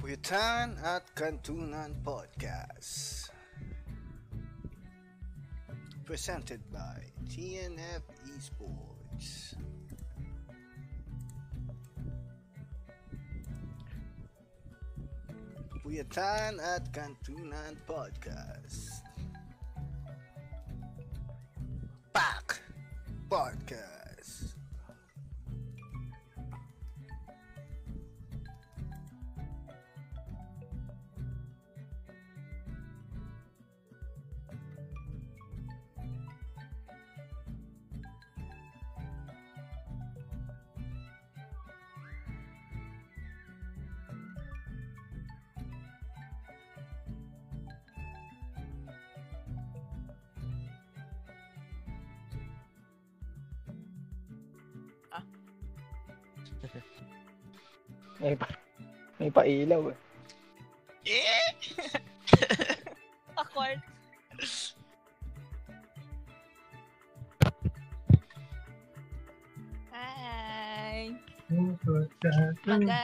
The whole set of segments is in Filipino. Puyutan at Kantunan Podcast. Presented by TNF Esports. Puyatan at Kantunan Podcast. Pak Podcast. May pa, may pailaw eh. Eh! Awkward. Hi. Maganda.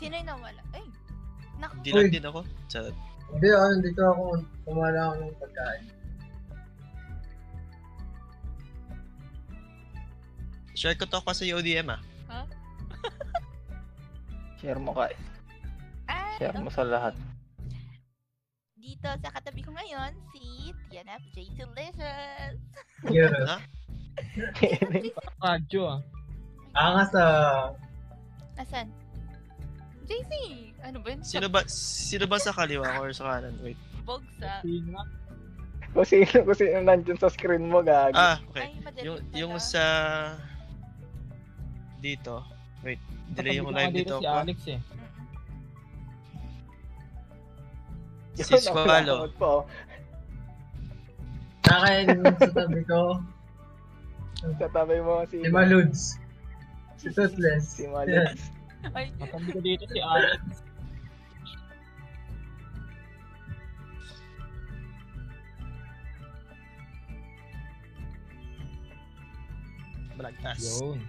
Sino yung nawala? Ay, naku. Di lang din ako. Charot. Hindi ah, nandito ako. Kumala ako ng pagkain. Share ko to kasi sa ODM ah. Share mo ka, At share mo sa lahat. oh, dito sa katabi ko ngayon, si TNF J Delicious. Yeah. Radyo ah. Angas ah. Asan? JC! Ano ba yun? Sino ba sino ba sa kaliwa ko or sa kanan? Wait. Bogsa. Sino? kung sino, kung sino nandyan sa screen mo, gagi. Ah, okay. Ay, madaling Yung pala. yung sa dito. Wait. Delay yung Katabi ko live dito Si ako. Alex eh. Mm-mm. Yun, si Squalo. nakakatawa pa, oh. Nakain sa tabi ko. Sa tabi mo, si... Si Maluds. Si Toothless. Si Maluds. Ay, Katabi ko dito si Alex. Balagtas. Yun.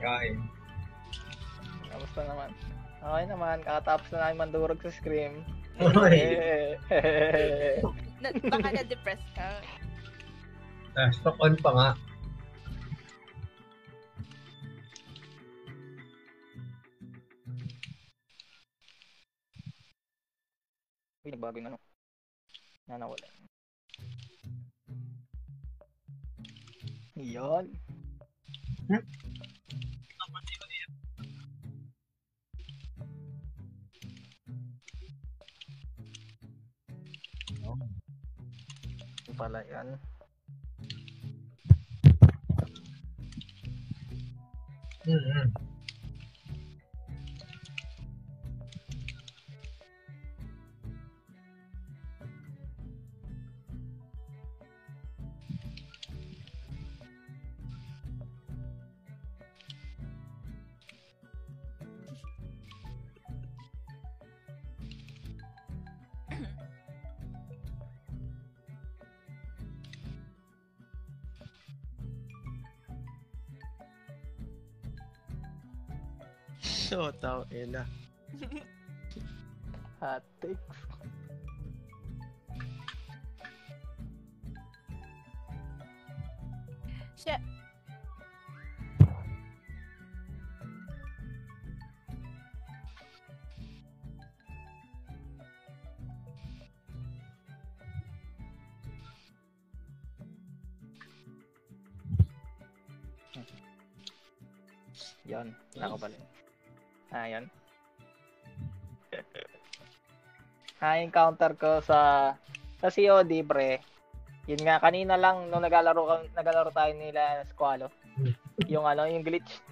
Kain. Kamusta naman? Okay naman, kakatapos na namin mandurog sa scream. Uy. Eh, eh, eh, eh. na, baka na-depress ka. Ah, Stock on pa nga. Uy, nagbago yung ano. Nanawala. Yun. Yun pala yan. Mm-hmm. So, tao ela. Hot takes. Siya. Yun. Wala ko pala. Ah, yun. ah, yung counter ko sa sa COD, pre. Yun nga, kanina lang nung nagalaro, ka- nagalaro tayo nila Squalo. Yung ano, yung glitch.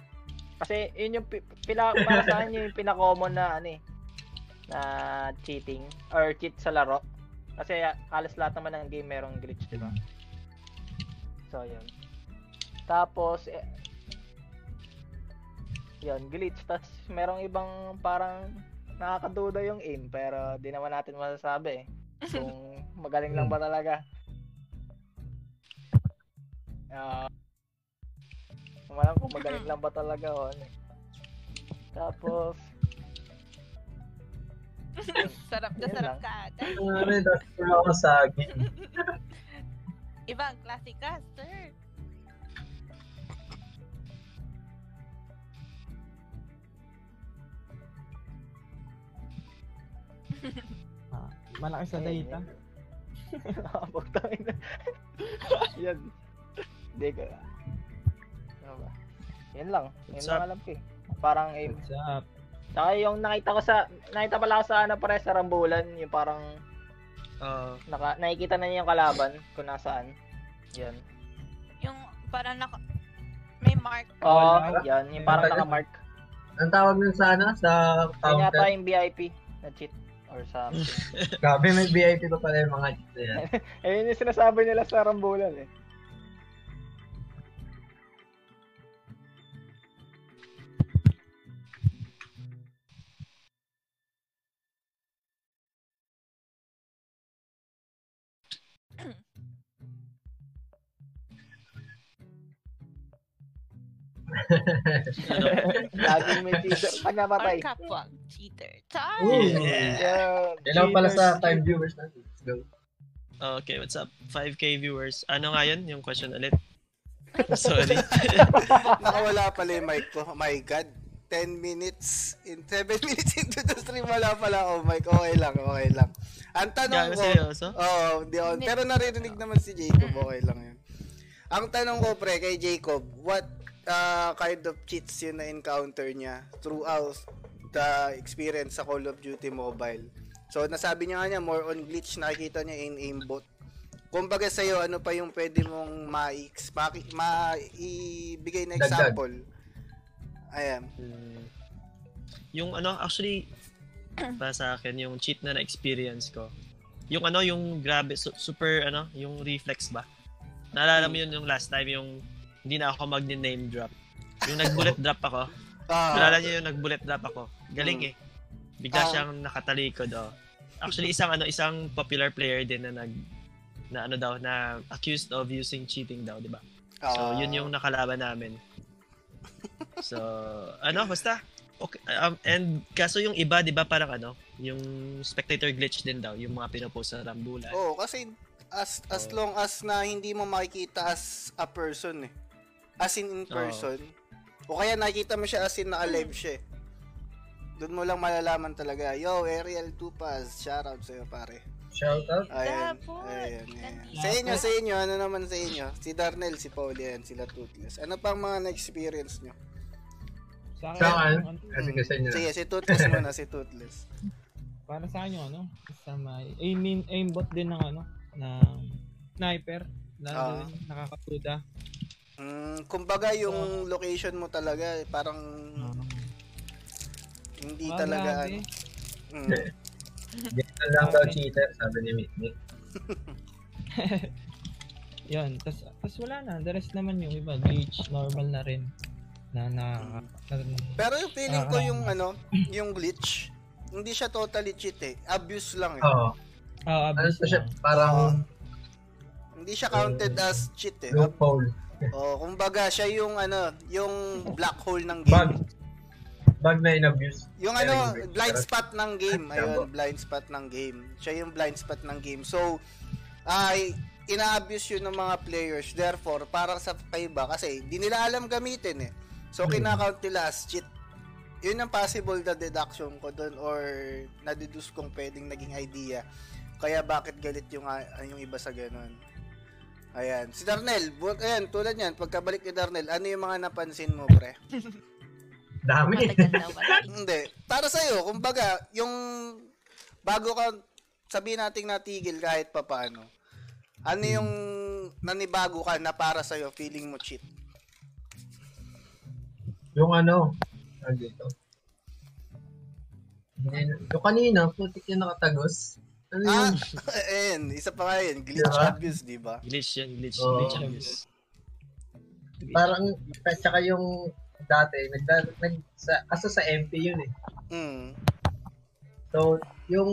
Kasi yun yung pi- pila, para sa akin yun yung pinaka-common na ano eh, na cheating or cheat sa laro. Kasi ah, halos lahat naman ng game merong glitch, di ba? So, yun. Tapos, eh, yun, glitch. Tapos merong ibang parang nakakaduda yung aim pero di naman natin masasabi eh. Kung magaling lang ba Hmm. talaga. Ah. Uh, kung magaling lang ba talaga o ano. eh. oh, Tapos, sarap na Yan sarap lang. ka ata. Ano yun, dati wala akong saging. Ibang klase ka, sir. Malaki sa Ayun, data. ayun. Nakabog tayo na. Yan. Hindi ko. Ano ba? Yan lang. Yan What's lang up? alam ko eh. Parang aim. What's up? Tsaka yung nakita ko sa, nakita pala ko sa ano pare sa Rambulan, yung parang Oh, Ah, naka, nakikita na niya yung kalaban kung nasaan. Yan. Yung parang naka... May mark. Oo, Wala. yan. Yung parang Nakita niya. nakamark. Ang tawag nun sana sa Yan yata counter. yung VIP na cheat or something. Grabe, may VIP pa pala yung mga dito yan. Ayun yung sinasabi nila sa Rambulan eh. ano? Laging may cheater pag Or namatay. kapwa. Cheater. Char! Ooh. Yeah. Yan, Hello pala sa cheaters. time viewers natin. Let's go. oh, Okay, what's up? 5K viewers. Ano nga yun? Yung question ulit? Sorry. Nakawala pala yung mic ko. Oh My God. 10 minutes, in 7 minutes into the stream, wala pala ako mic. Okay lang, okay lang. Ang tanong Gago ko, seryoso? oo, hindi ako, Minutes. pero naririnig naman si Jacob, okay lang yun. Ang tanong ko, pre, kay Jacob, what uh, kind of cheats yun na-encounter niya throughout the experience sa Call of Duty Mobile? So, nasabi niya nga niya, more on glitch, nakikita niya in aimbot. Kumbaga sa'yo, ano pa yung pwede mong ma-ex, ma-i- maibigay na Dagdag. example? Ayan. Hmm. Yung ano, actually, para sa akin, yung cheat na na-experience ko. Yung ano, yung grabe, su- super ano, yung reflex ba? Naalala mo yun yung last time, yung hindi na ako mag-name drop. Yung nag-bullet drop ako. Ah, Naalala niyo yung nag-bullet drop ako. Galing eh. Bigla Ah. siyang nakatalikod oh. Actually isang ano isang popular player din na nag na ano daw na accused of using cheating daw, 'di ba? ah. So Ah. yun yung nakalaban namin. So ano basta okay um, and kaso yung iba 'di ba parang ano yung spectator glitch din daw yung mga pinopost sa Rambulan. Oo, kasi as as long as na hindi mo makikita as a person eh. As in in person. O kaya nakita mo siya as in na-alive siya eh. Doon mo lang malalaman talaga. Yo, Ariel Tupas, shoutout sa'yo pare. Shout out. Ayan, Dapat, ayan, ayan. ganyan. Sa inyo, sa inyo, ano naman sa inyo? Si Darnell, si Paul, yan, sila Toothless. Ano pang mga na-experience nyo? Sa akin, Sa akin? ano- Kasi kasi nyo Hmm. Sige, si Toothless muna, si Toothless. para sa akin yung ano, sa may aim, aimbot din ng ano, ng sniper. Ah. Lalo din, nakakapuda. Mm, kumbaga yung location mo talaga, eh, parang hindi Ah, talaga. grabe. ano. Mm. Dito lang daw cheater, sabi ni Mitnick. Yun, tas, tas wala na. The rest naman yung iba, glitch, normal na rin. Na, na, na, Pero yung feeling ko Ah. yung ano, yung glitch, hindi siya totally cheat eh. Abuse lang eh. Oo. oh, Ano abuse to Ah. siya? na. Parang Hindi siya counted as cheat eh. Ab- loophole. oh, kumbaga siya yung ano, yung black hole ng game. Bug. Bug na inabuse. Yung Kaya ano, naging- blind spot ng game. Tabo. Ayun, blind spot ng game. Siya yung blind spot ng game. So, ay ina-abuse yun ng mga players. Therefore, parang sa kaiba kasi di nila alam gamitin eh. So, Hmm. kinakount nila as cheat. Yun ang possible na deduction ko doon or na-deduce kong pwedeng naging idea. Kaya bakit galit yung, ah, yung iba sa ganun. Ayan. Si Darnell, bu- ayan, tulad yan, pagkabalik ni Darnell, ano yung mga napansin mo, pre? Dami. Matagal na wala. Hindi. Para sa'yo, kumbaga, yung bago ka sabihin nating natigil kahit papaano, ano yung nanibago ka na para sa'yo, feeling mo cheat? Yung ano, ano dito? Hindi na- Yung kanina, putik yung nakatagos. Ano Ah, yun? and isa pa nga yun, glitch Diba? abuse, di ba? Glitch yan, glitch, Oo. glitch ang abuse. Parang, at saka yung dati, nagda, nag, sa, kaso sa MP yun eh. Mm. So, yung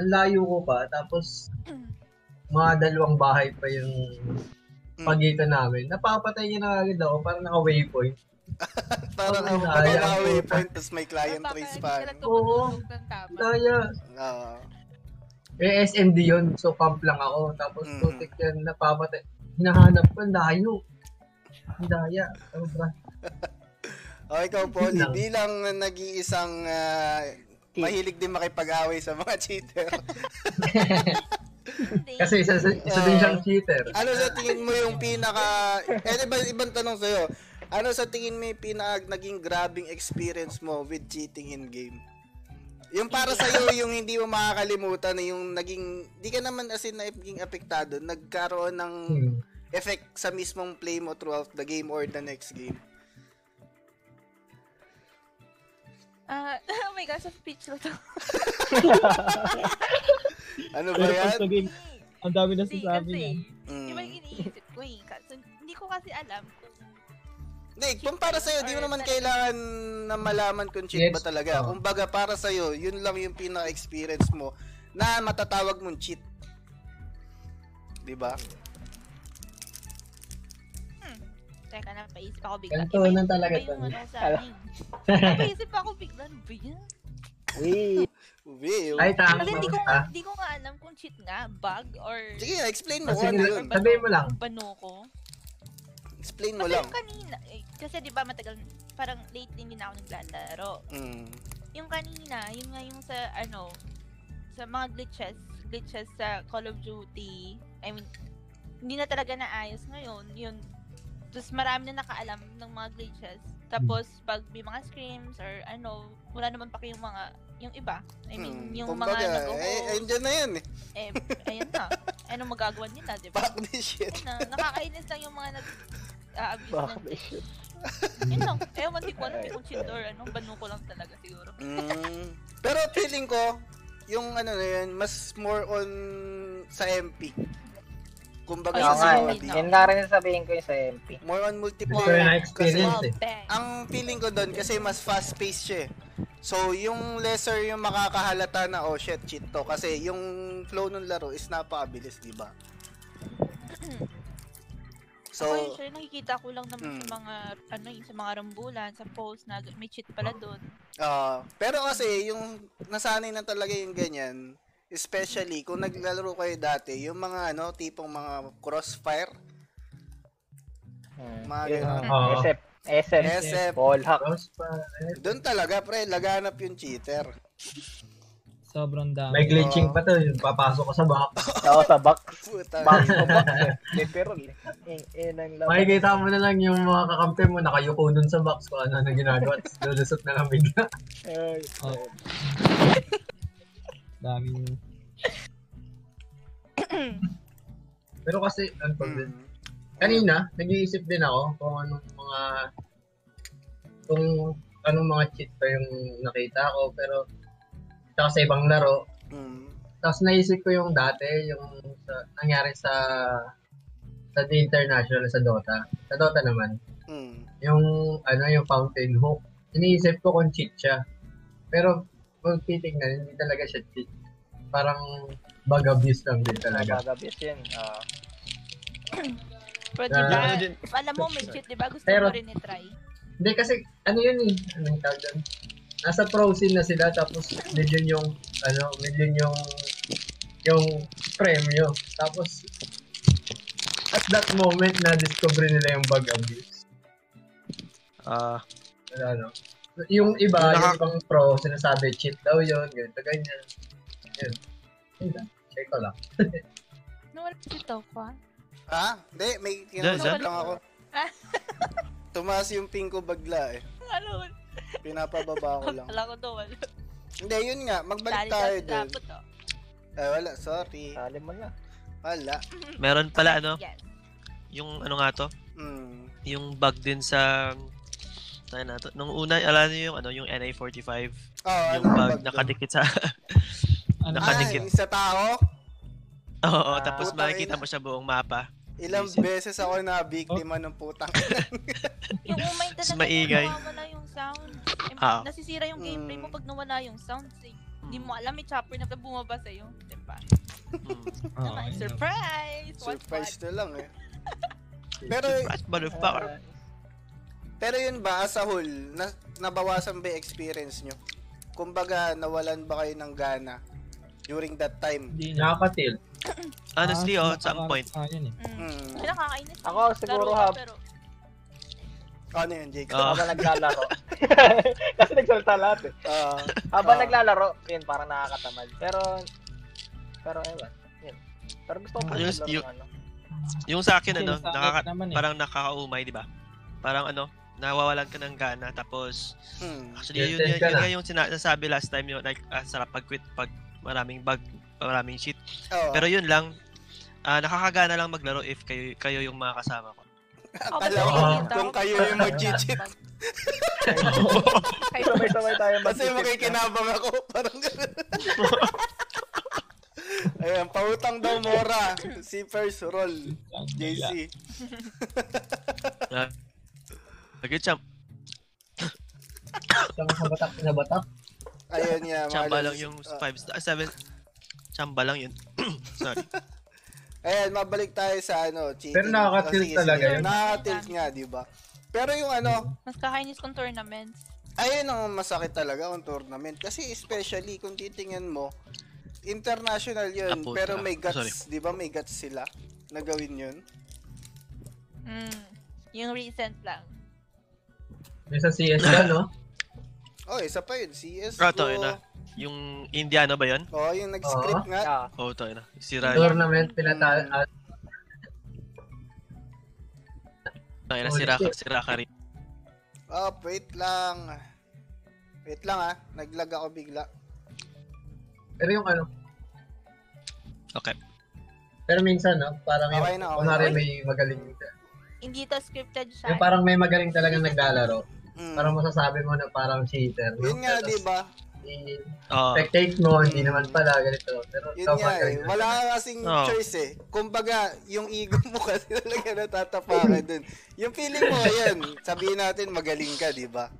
ang layo ko pa, tapos mga dalawang bahay pa yung Mm. pagitan namin. Napapatay niya na agad ako, parang naka-waypoint. Parang Oh, ang sayang. babawi point tapos may client Baka trace hindi pa. ka lang ano? Oo. tumutulog ng tama. Naya. Ah, Eh, SMD yun. So, pump lang ako. Tapos, Mm. putik yan, napamatay. Hinahanap ko, ang layo. Ang daya. Sobra. O ikaw po, Yun lang. bilang nag-iisang ah, mahilig din makipag-away sa mga cheater. Hindi. Kasi isa, isa, isa din siyang cheater. ano sa tingin mo yung pinaka... Eh, iba, ibang tanong sa'yo. Ano sa tingin mo yung pinaka naging grabbing experience mo with cheating in-game? Yung para sa'yo, yung hindi mo makakalimutan, na yung naging... Di ka naman as in naging apektado. Nagkaroon ng Hmm. effect sa mismong play mo throughout the game or the next game. Ah, oh my gosh, ang speech ko to. Ano ba Pero pag yan? sa game, ang dami na Hindi, sasabi kasi, niya. Mm. iba yung iniisip ko eh. Kasi, hindi ko kasi alam kung Hindi, kung para sa'yo, di mo Or naman talaga- kailangan na malaman kung cheat Yes. ba talaga. Oo. Kung baga, para sa'yo, yun lang yung pinaka-experience mo na matatawag mong cheat. Di ba? Teka na, paisip ako bigla. Ganito Iba na yung- talaga Iba yung to. ano sa akin. Napaisip ako bigla. Ano ba yan? Uy, Uwi, Ay, tama. Kasi hindi ko, Ah, hindi ko nga alam kung cheat nga, bug, or... Sige, explain mo Ah, kung sige, ano yun. bano- sabihin mo lang. Bano ko. Explain mo Kasi Ano lang. yung kanina, eh, kasi di ba matagal, parang late din din ako naglalaro. Mm. Yung kanina, yung nga yung sa, ano, sa mga glitches, glitches sa Call of Duty, I mean, hindi na talaga naayos ngayon, yun, tapos marami na nakaalam ng mga glitches. Tapos, Hmm. pag may mga screams or ano, wala naman pa kayong mga, yung iba. I mean, Mm. yung Kumbaga, mga ano nag-host, eh, andyan na yan eh. eh, ayun na. Ano magagawa nila, di ba? Fuck this shit. Ayun na, nakakainis lang yung mga nag a-abuse baka ng may shit. Yun lang. Ewan di ko alam kung chill or ano. Banu ko lang talaga siguro. Mm. Pero feeling ko, yung ano na yun, mas more on sa MP. Kumbaga Oo sa nga, COD. eh. Yun nga rin sabihin ko yung sa MP. More on Ito yung multiplayer. Kasi experience. Yes, Wow, eh. bang! ang feeling ko doon kasi mas fast paced siya. eh. So yung lesser yung makakahalata na oh shit cheat to kasi yung flow ng laro is napakabilis, di ba? So, Ako So usually nakikita ko lang naman Mm. sa mga, ano yun, sa mga rambulan, sa post na may cheat pala doon. ah, pero kasi yung nasanay na talaga yung ganyan, especially kung naglalaro kayo dati, yung mga ano tipong mga crossfire, Hmm. mga Yun, ganun. Oo. SF, SF, SF. Wall hack. Crossfire. Doon talaga pre, laganap yung cheater. Sobrang dami. May glitching pa to. Yung papasok ko sa back. Ako sa box. Puta. Box to box eh. Literal eh. Eh, eh, nang laban. Makikita mo na lang yung mga kakampi mo. Nakayuko dun sa box kung ano na ginagawa. Tapos lulusot na lang bigla. Ay, Oh. Daming Pero kasi, ano pa din. Mm. Kanina, nag-iisip din ako kung anong mga kung anong mga cheat pa yung nakita ko pero tsaka sa ibang laro. Mm. Tapos naisip ko yung dati, yung sa, nangyari sa sa The International sa Dota. Sa Dota naman, Mm. yung ano yung fountain hook. Iniisip ko kung cheat siya. Pero kung titignan, hindi talaga siya cheat. Parang bug abuse lang din talaga. magagabis yun. Ah. Pero Ah. diba, Ano din, alam mo may cheat, diba? Gusto Pero- mo rin itry. Hindi kasi, ano yun eh, ano yung tawag doon? Nasa pro scene na sila, tapos million yung, ano, million yung, yung premyo. Tapos, at that moment, na-discover nila yung bug abuse. ah, Ano, ano. Yung iba, Naka- yung pang pro, sinasabi, cheat daw yun, ganito, ganyan. Yun. Yun lang. Check ko lang. Nawala cheat daw ko ah. Ah, hindi, may Dahil kinakausap dyan? lang ako. Ah. Tumaas yung ping ko bagla eh. Ano? Pinapababa ko lang. Wala ko daw. wala. Hindi, yun nga. Magbalik Dali tayo tayo doon. dapat oh. Eh, wala. Sorry. Sali mo na. Wala. meron pala Oh. ano, Yes. yung ano nga to, Mm. yung bug din sa tayo na to. Nung una, alam niyo yung ano, yung NA45, Oh, yung ano bug bag nakadikit sa Ah, ano, nakadikit. yung sa tao? Oo, oo, Ah. tapos Putang makikita ina. mo siya buong mapa. Ilang Easy. beses ako na biktima ng putang. Yung umay Mas talaga maingay. yung nawawala yung sound. Eh, Ah. Nasisira yung gameplay mo Mm. pag nawala yung sound. Eh. Hindi mo alam, may chopper na bumaba sa'yo. Diba? Mm. Oo, Naman, yun. surprise! What Surprise na lang eh. Cheat. Pero Surprise, motherfucker. Ah, Pero yun ba, as a whole, na, nabawasan ba yung experience nyo? Kumbaga, nawalan ba kayo ng gana during that time? Hindi na. Nakaka-tilt. Honestly, oh, Ah, at some point. Ah, yun eh. Mm. Hmm. Siya nakakainis. Ako, siguro Laro ka, hab- Pero, Ano yun, Jacob? Ah. Habang naglalaro. Kasi nagsalta lahat eh. Ah, Habang Ah. naglalaro, yun, parang nakakatamad. Pero, pero ewan, yun. Pero gusto ko pa Ayos, maglaro yun. ng ano. Yung sa akin, ano, Sinasakit nakaka- naman eh. parang nakakaumay, di ba? Parang ano, nawawalan ka ng gana, tapos, hmm. actually, yun, Guilted yun, ka yun, na. nga yung sina- nasabi last time, yung, like, ah, sarap pag-quit pag maraming bug, maraming shit. Oo. Pero yun lang, ah, nakakagana lang maglaro if kayo, kayo yung mga kasama ko. Akala ko Oo. kung kayo yung mag-cheat Kayo Sabay-sabay tayo kasi mag-isip na. makikinabang ako. Parang ganun. Ayan, pautang daw Mora. Si First Roll. JC. Ah, Okay, champ. Isang kabatak na batak. Ayun nga. mga Chamba lang lods. yung Ah. 5 star, 7. Chamba lang yun. Sorry. Ayan, mabalik tayo sa ano, cheating. Pero nakaka-tilt Ah, sige, talaga sige. yun. Nakaka-tilt nga, di ba? Pero yung ano, Mas kakainis kong tournaments. ayun ang masakit talaga ang tournament. Kasi especially kung titingnan mo, international yun, Ah, puta. pero may Sorry. guts, di ba? May guts sila na gawin yun. Mm. Yung recent lang. Yung sa CS ba, no? Oh, isa pa yun, CS Ah, to, yun na. Yung Indiano ba yun? Oh, yung nag-script nga. Ah, Oo, to, yun na. Si Ryan. Tournament, pinata... ah, Tayo na, si Raka, si Raka rin. Oh, wait lang. Wait lang ah, naglag ako bigla. Pero yung ano, Okay. pero minsan, no? Parang yung, Okay na, okay kunwari na. may magaling. Hindi to scripted siya. Yung parang may magaling talaga naglalaro. Mm. Parang masasabi mo na parang cheater. no? yun nga, diba? Pero di ba? i- Oo. Spectate mo, hindi naman pala ganito. Pero Yun ikaw nga eh. magaling. Wala ka kasing Oo. choice eh. Kumbaga, yung ego mo kasi talaga natatapakan dun. Yung feeling mo, yan. Sabihin natin, magaling ka, di ba?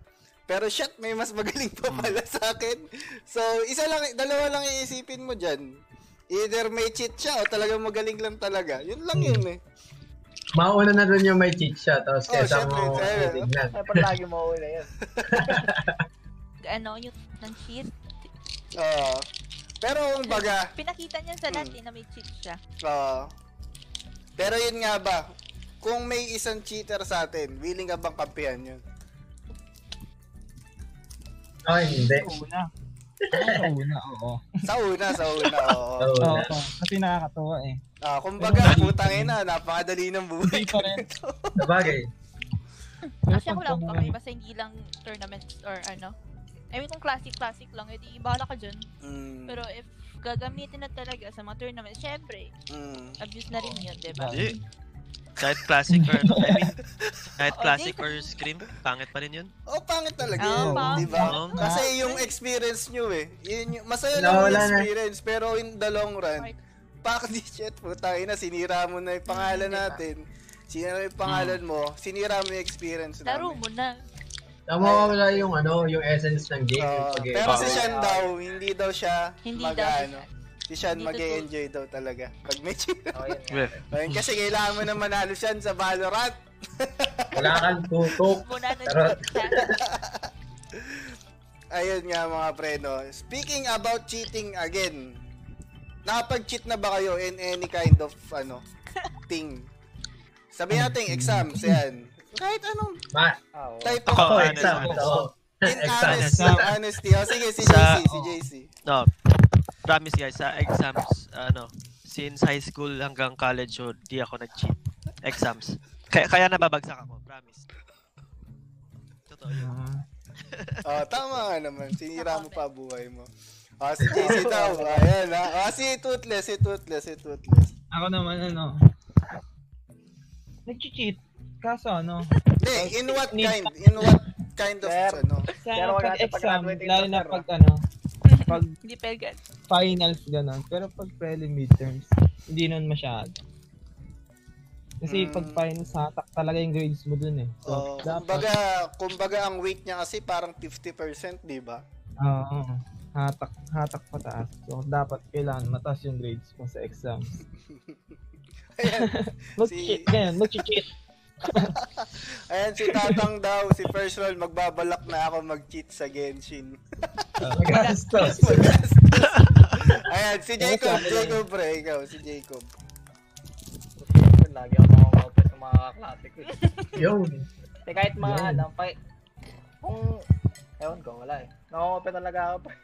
Pero shit, may mas magaling pa pala sa akin. So, isa lang, dalawa lang iisipin mo dyan. Either may cheat siya o talagang magaling lang talaga. Yun lang yun eh. Mauna na dun yung may cheat siya, tapos Oh, kesa syempre, mo eh, syempre. titignan. ay palagi mo uli yun. Ano, yung ng cheat. Oo. Ah. pero kung baga, Pinakita niya Hmm. sa lahat Mm. eh, na may cheat siya. Oo. pero yun nga ba, kung may isang cheater sa atin, willing ka bang kampihan yun? Oh, hindi. Sa una. Sa Ah, una, oo. Sa una, sa una, oo. Oh, Oo, wala. oo. Kasi nakakatawa eh. Ah, kumbaga, putang ina, napakadali ng buhay. Hindi pa rin. Sabagay. Actually, ako lang eh. kami. eh. Basta hindi lang tournaments or ano. I mean, kung classic-classic lang, edi bahala ka dyan. Mm, Pero if gagamitin na talaga sa mga tournaments, syempre, mm. abuse na rin yun, diba? di ba? Hindi. Diba? Kahit classic or, I mean, kahit Oh, classic Jacob. or scream, pangit pa rin yun. Oh, pangit talaga Oo, yun, pangit. di ba? Oo. Kasi yung experience nyo eh, yun, yung- masaya lang Nawala yung na. experience, pero in the long run, fuck this shit, putang ina, sinira mo na yung pangalan Diba? natin. Sinira yung pangalan Mm. mo, sinira mo yung experience Laro namin. mo na. Tama wala yung ano, yung essence ng game. Oo, yung pag- Oh, pero si Oo. Sean daw, hindi daw siya Hindi mag daw. ano, Si Sean Hindi totoo. mag-enjoy daw talaga. Pag may cheater. Oh, yun. nga. Ayun, kasi kailangan mo na manalo Sean sa Valorant. Wala kang tutok. Muna na Charot. Ayun nga mga pre, no. Speaking about cheating again, nakapag-cheat na ba kayo in any kind of, ano, thing? Sabi natin, exams, yan. Kahit anong Ma, Ah, oo. type Ako, of... ako, honest, exam. honest. Oo. in Exam. honest, in honesty. O, sige, si Sa- JC, si JC. No, promise guys, sa exams, ano, since high school hanggang college, so, di ako nag-cheat. Exams. Kaya, kaya nababagsak ako, promise. Totoo yun. Ah, Oh, tama nga naman. Sinira mo pa buhay mo. O, si JC daw. Ayan, ha. O, si Toothless, si Toothless, si Toothless. ako naman ano. Nag-cheat. Kaso ano, Hindi, in what kind? In what kind of, Sir. ano? Pero sa wag natin pag-exam, pag-graduate yung lalo na sir, pag ano, pag Hindi pelgan. finals ganun. Pero pag prelim midterms, hindi nun masyado. Kasi Mm. pag finals, hatak talaga yung grades mo dun eh. So, Oh, dapat, kumbaga, kumbaga ang weight niya kasi parang 50%, di ba? oo, oo. hatak, hatak pataas. So, dapat kailangan mataas yung grades mo sa exam. Ayan. Mag-cheat, Si- ganyan, mag-cheat. Ayan si Tatang daw, si First Roll, magbabalak na ako mag-cheat sa Genshin. Magastos. Ayan, si Jacob, Jacob pre, ikaw, si Jacob. Yun, Lagi ako makakapos ng mga kaklase ko. eh. Yun. Di kahit mga Yun. ano, pa, kung, ewan ko, wala eh. Nangungopen talaga ako pre.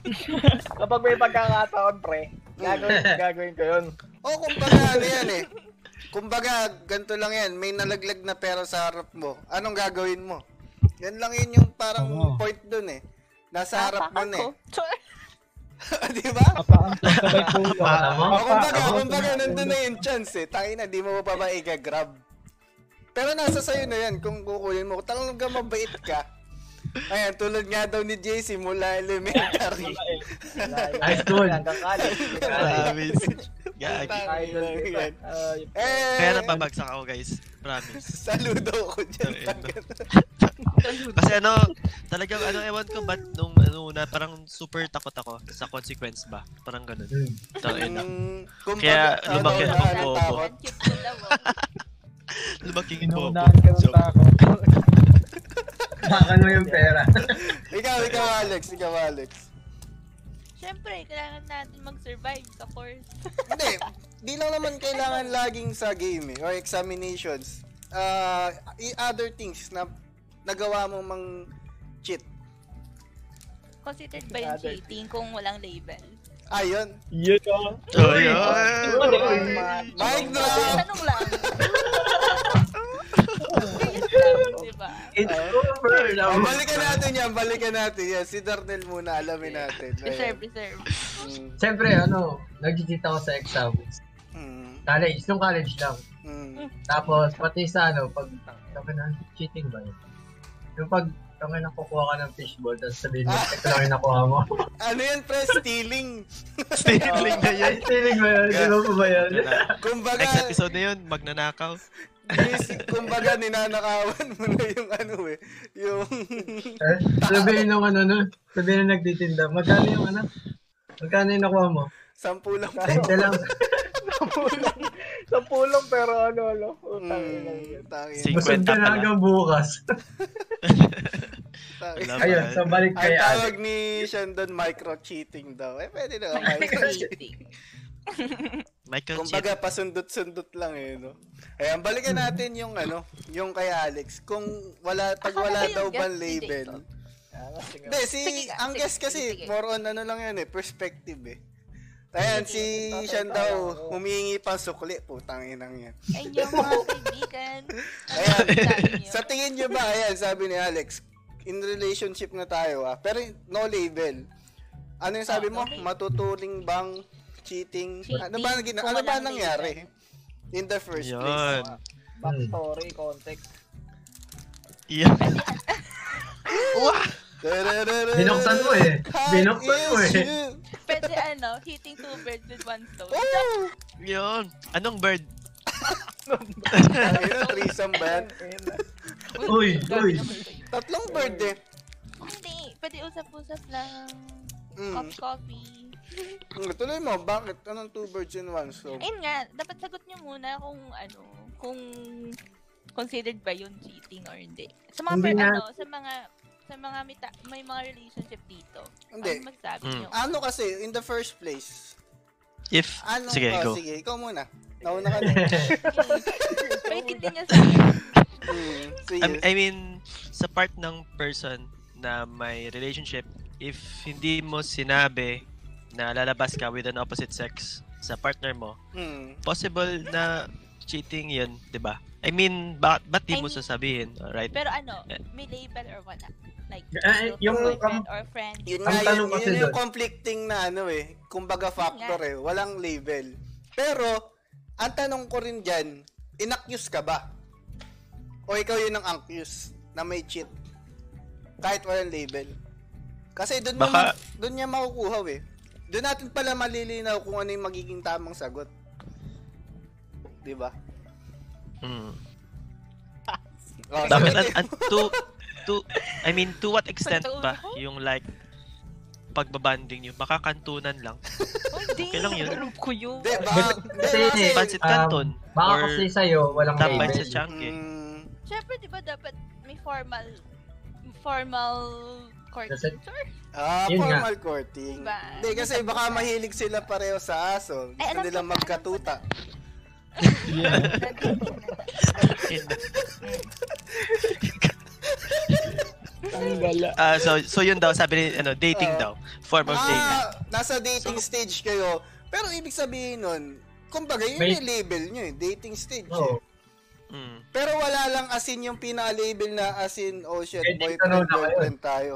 Kapag may pagkakataon pre, gagawin, gagawin ko yun. Oh, kumbaga, ano yan eh. Kumbaga, ganito lang yan. May nalaglag na pera sa harap mo. Anong gagawin mo? Yan lang yun yung parang Oo. point dun eh. Nasa harap mo na Ako. Chor. eh. di ba? Kapaan, sabay tulog. Alam mo? Oh, kumbaga, Ako. kumbaga, nandun na yung chance eh. Tayo na, di mo pa ba i-grab? Pero nasa sa'yo na yan kung kukunin mo. Talagang mabait ka. Ayan, tulad nga daw ni JC mula elementary. Wala, yun. High school. Hanggang college. Grabe. Gagi. Ay, Idol ko yan. pa. Ah, yun. Eh, Kaya napabagsak ako guys. Promise. saludo ko dyan. Kasi ano, talagang ano, ewan ko ba't nung ano, na parang super takot ako sa consequence ba? Parang ganun. Hmm. Tangin na. Mm, kumbaga, Kaya ano, lumaki ano, ako, ano, bobo. takot. Cute ko daw. Lumaking bobo. Inuunahan ka ng Joke. takot. Baka mo yung pera. Ikaw, ikaw Alex, ikaw Alex. Siyempre, kailangan natin mag-survive sa course. Hindi, di lang naman kailangan laging sa game eh, or examinations. Uh, other things na nagawa mo mang cheat. Considered ba yung Other cheating kung walang label? Ayun. Yun o. Oh, yeah. Uy, Uy, uy. ma- Mic Kasi drop! tanong lang. Ganyan lang, diba? di ba? It's over. Oh, naman. balikan natin yan, balikan natin yan. Si Darnell muna, alamin natin. Reserve, reserve. Mm, Siyempre, ano, nagkikita ko sa exam. mm, College, nung college lang. mm. Tapos, pati sa ano, pag, sabi na, cheating ba yun? Yung pag, kami na kukuha ka ng fishball, tapos sabihin mo, ito lang yung nakuha mo. Ano yan, pre? Stealing. Stealing na yun. Ay, tinig ba yun? Di ba po ba yun? Yun na. Kumbaga, Next episode na yun, magnanakaw. basic, kumbaga, ninanakawan mo na yung ano eh. Yung Eh, sabihin nung ano nun, sabihin nung nagtitinda, magkano yung ano? Magkano yung nakuha mo? Sampu lang po. Ito lang. Sa pulong. Sa pulong pero ano, ano. Utang ina yun. Mm, tangin, Sig- Busog ka Kwenta na pala. hanggang bukas. tangin. Alam. Ayun, so balik Ang kay Alex. tawag ni Shandon micro-cheating daw. Eh, pwede na micro-cheating. Cheating. Michael Cheat. Kumbaga, pasundot-sundot lang eh, no? Ayan, balikan natin yung ano, yung kay Alex. Kung wala, pag Akala wala ko yung daw guest bang si label. Jacob. Ah, sige. Hindi, si, Sige ka, ang sige, guest sige, kasi, sige. more on ano lang yun eh, perspective eh. Ayan, si Sige, Shan tatay daw, tayo. humihingi pa sukli. Putang inang yan. Ay, yung mga kaibigan. Ayan. Sa Ayan. tingin nyo ba, ayan, sabi ni Alex, in relationship na tayo ah, pero no label. Ano yung sabi mo? Ah, no label. Matuturing bang cheating? Cheating, Ano ba, gina- kung ano ba walang nangyari? In the first Yun. place. Backstory, context. Yeah. Dararara. Binuksan mo eh. Heart Binuksan mo is eh. you. Pwede ano, hitting two birds with one stone. Oh! Yun. Anong bird? Ay, yun, threesome ba yan? Uy, uy. grabe naman yun. Tatlong bird eh. Hindi, pwede usap-usap lang. Mm. Cup coffee. Mm, Tuloy mo, bakit? Anong two birds in one stone? Ayun nga, dapat sagot nyo muna kung ano, kung considered ba yun cheating or hindi. Sa mga, Hindi per, nga. ano, sa mga, sa mga may, ta- may mga relationship dito. Hindi. Ano magsabi Hmm. nyo? Ano kasi, in the first place, If. ano, Sige, oh, go. sige, ikaw muna. Nauna ka na. Pwede din niya sa akin. Mm, sige. I, I mean, sa part ng person na may relationship, if hindi mo sinabi na lalabas ka with an opposite sex sa partner mo, Mm. possible na cheating yun, di ba? I mean, ba ba't di mo I mean- sasabihin, right? Pero ano, Eh. may label or wala. Like, Eh, yung- boyfriend or friend. Yun Ang nga, tanong yun, kasi yun yung doon- conflicting na ano eh. Kumbaga factor eh. Walang label. Pero, ang tanong ko rin dyan, inaccuse ka ba? O ikaw yun ang accuse na may cheat? Kahit walang label. Kasi doon Baka- doon niya makukuha eh. Doon natin pala malilinaw kung ano yung magiging tamang sagot. 'Di ba? Mm. Oh, Bakit? sagutin- An- an- to, to, I mean, to what extent ba yung like, pagbabanding nyo. Baka kantunan lang. Oh, hindi. Okay lang yun. Group ko yun. Hindi, baka, hindi, Kasi yun eh, kasi, Pancit Canton. Baka or kasi sa'yo, walang Tapay label. sa Changke. Mm, Siyempre, di ba dapat may formal formal court Kasi- culture? ah, Yun nga. formal courting. Diba? Hindi, kasi baka mahilig sila pareho sa aso. Ay, Gusto ano alam nila ko na, magkatuta. Yeah. Ang gala. Ah, so, so yun daw, sabi ni, ano, dating Ah. daw. Form of dating. Ah, nasa dating stage kayo. Pero ibig sabihin nun, kumbaga yun May- yung label nyo eh, dating stage eh. Oo. Mm. Pero wala lang asin yung pinaka-label na asin, oh shit, Pwede boyfriend, tanong na kayo. girlfriend tayo.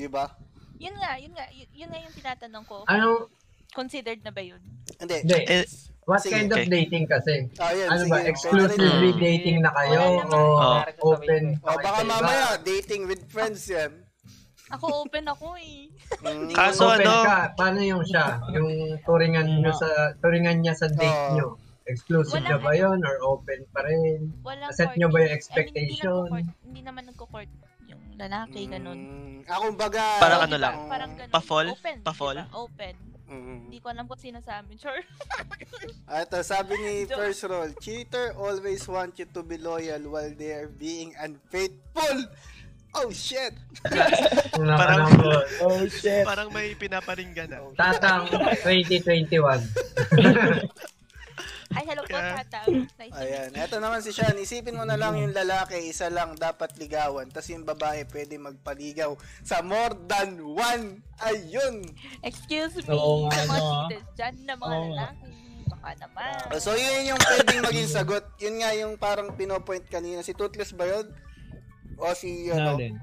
Di ba? yun nga, yun nga, yun, yun nga yung tinatanong ko. Ano, Considered na ba yun? Hindi. hindi. Eh, What sige, kind okay. of dating kasi? Ah, yun, Ano sige. ba, pwede rin exclusively yun. Mm. dating na kayo? Wala naman. O Oh. open? Oh, baka Diba? mamaya, dating with friends yan. Ako open ako eh. Mm. Kaso Open ano, ka, paano yung siya? Yung turingan nyo sa turingan niya sa date Oo. nyo. Wala Exclusive eh. na ba ka- yun or open pa rin? Walang Set court. nyo ba yung I mean, expectation? hindi, lang nagko-court- hindi naman nagko-court yung lalaki, ganun. Mm. Ako baga... Parang Oo, ano diba? lang, Parang ganun. pa-fall? Open. Pa-fall? diba? Open. Hindi Mm. ko alam kung sino sa amin. Sure. Ah, Ito, sabi ni Joke. First Roll, Cheater always want you to be loyal while they are being unfaithful. Oh, shit! Wala ka Parang- lang po. Oh, shit. parang may pinaparinggan na. Oh, Tatang 2021. Ay, hello po, Yeah. tata. Nice to meet Ayan. Ito naman si Sean, isipin mo na lang yung lalaki, isa lang dapat ligawan. Tapos yung babae pwede magpaligaw sa more than one. Ayun! Excuse me, Oo nga, sa mga no, ah. cheaters dyan na mga Oo nga. lalaki. Baka naman. Oh, So yun yung pwedeng maging sagot. Yun nga yung parang pinopoint kanina. Si Toothless ba yun? O si, ano, Nalin.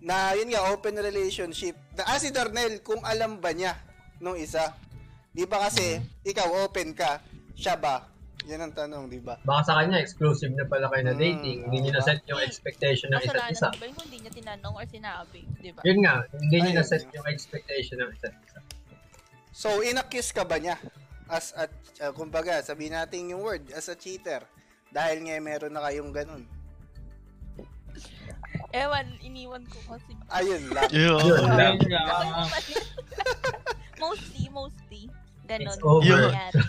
na yun nga, open relationship. Na, ah, si Darnell, kung alam ba niya nung isa. Di ba kasi, ikaw open ka, siya ba? Yan ang tanong, di ba? Baka sa kanya, exclusive na pala kayo na Mm, dating. Hindi nyo oo. na-set yung expectation ng isa't Kasalanan isa. mo ba yun kung hindi niya tinanong or sinabi? Di ba? Yun nga, hindi nyo Ayun. na-set yung expectation ng isa't isa. So, inaccuse ka ba niya? As a, uh, kumbaga, sabihin natin yung word, as a cheater. Dahil nga meron na kayong ganun. Ewan, iniwan ko kasi. Ayun lang. Yun lang. Ayun nga. ah, Ako yung mali. mostly, mostly. Ganon. It's over. yung nangyari.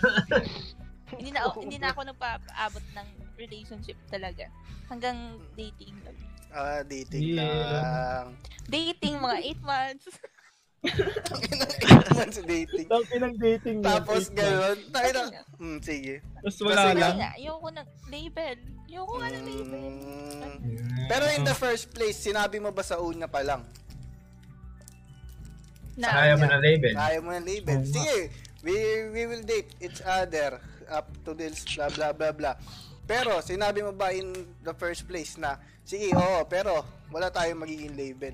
hindi na hindi na ako nagpaabot ng relationship talaga. Hanggang dating. lang. Ah, dating Yeah. lang. Dating, mga 8 months. Eight months dating. Tapos pinang dating niya. Tapos ganun. Tayo na. Ayun Hmm, sige. Tapos wala Kasi nga, lang. ayoko ng label. Ayoko nga ng label. Mm, pero in the first place, sinabi mo ba sa una pa lang? Na, Kaya mo na label. Kaya mo ng label. Oo nga. Sige, we, we will date each other up to this blah blah blah blah. Pero sinabi mo ba in the first place na sige, oo, pero wala tayong magiging label.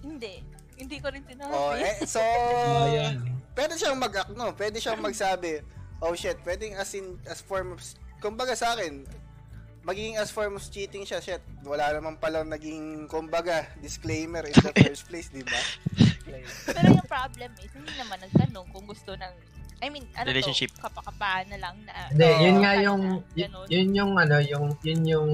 hindi. Hindi ko rin sinabi. Oh, eh, so Ayun. pwede siyang mag-act, no? Pwede siyang magsabi, oh shit, pwedeng as in, as form of, kumbaga sa akin, magiging as form of cheating siya, shit, wala naman palang naging, kumbaga, disclaimer in the first place, di ba? Pero yung problem is, hindi naman nagtanong kung gusto ng, I mean, ano Relationship. to, kapakapaan na lang na. Hindi, yun Oo, nga kaya yung, Ano, na, yun, ganun. yun yung ano, yung, yun yung,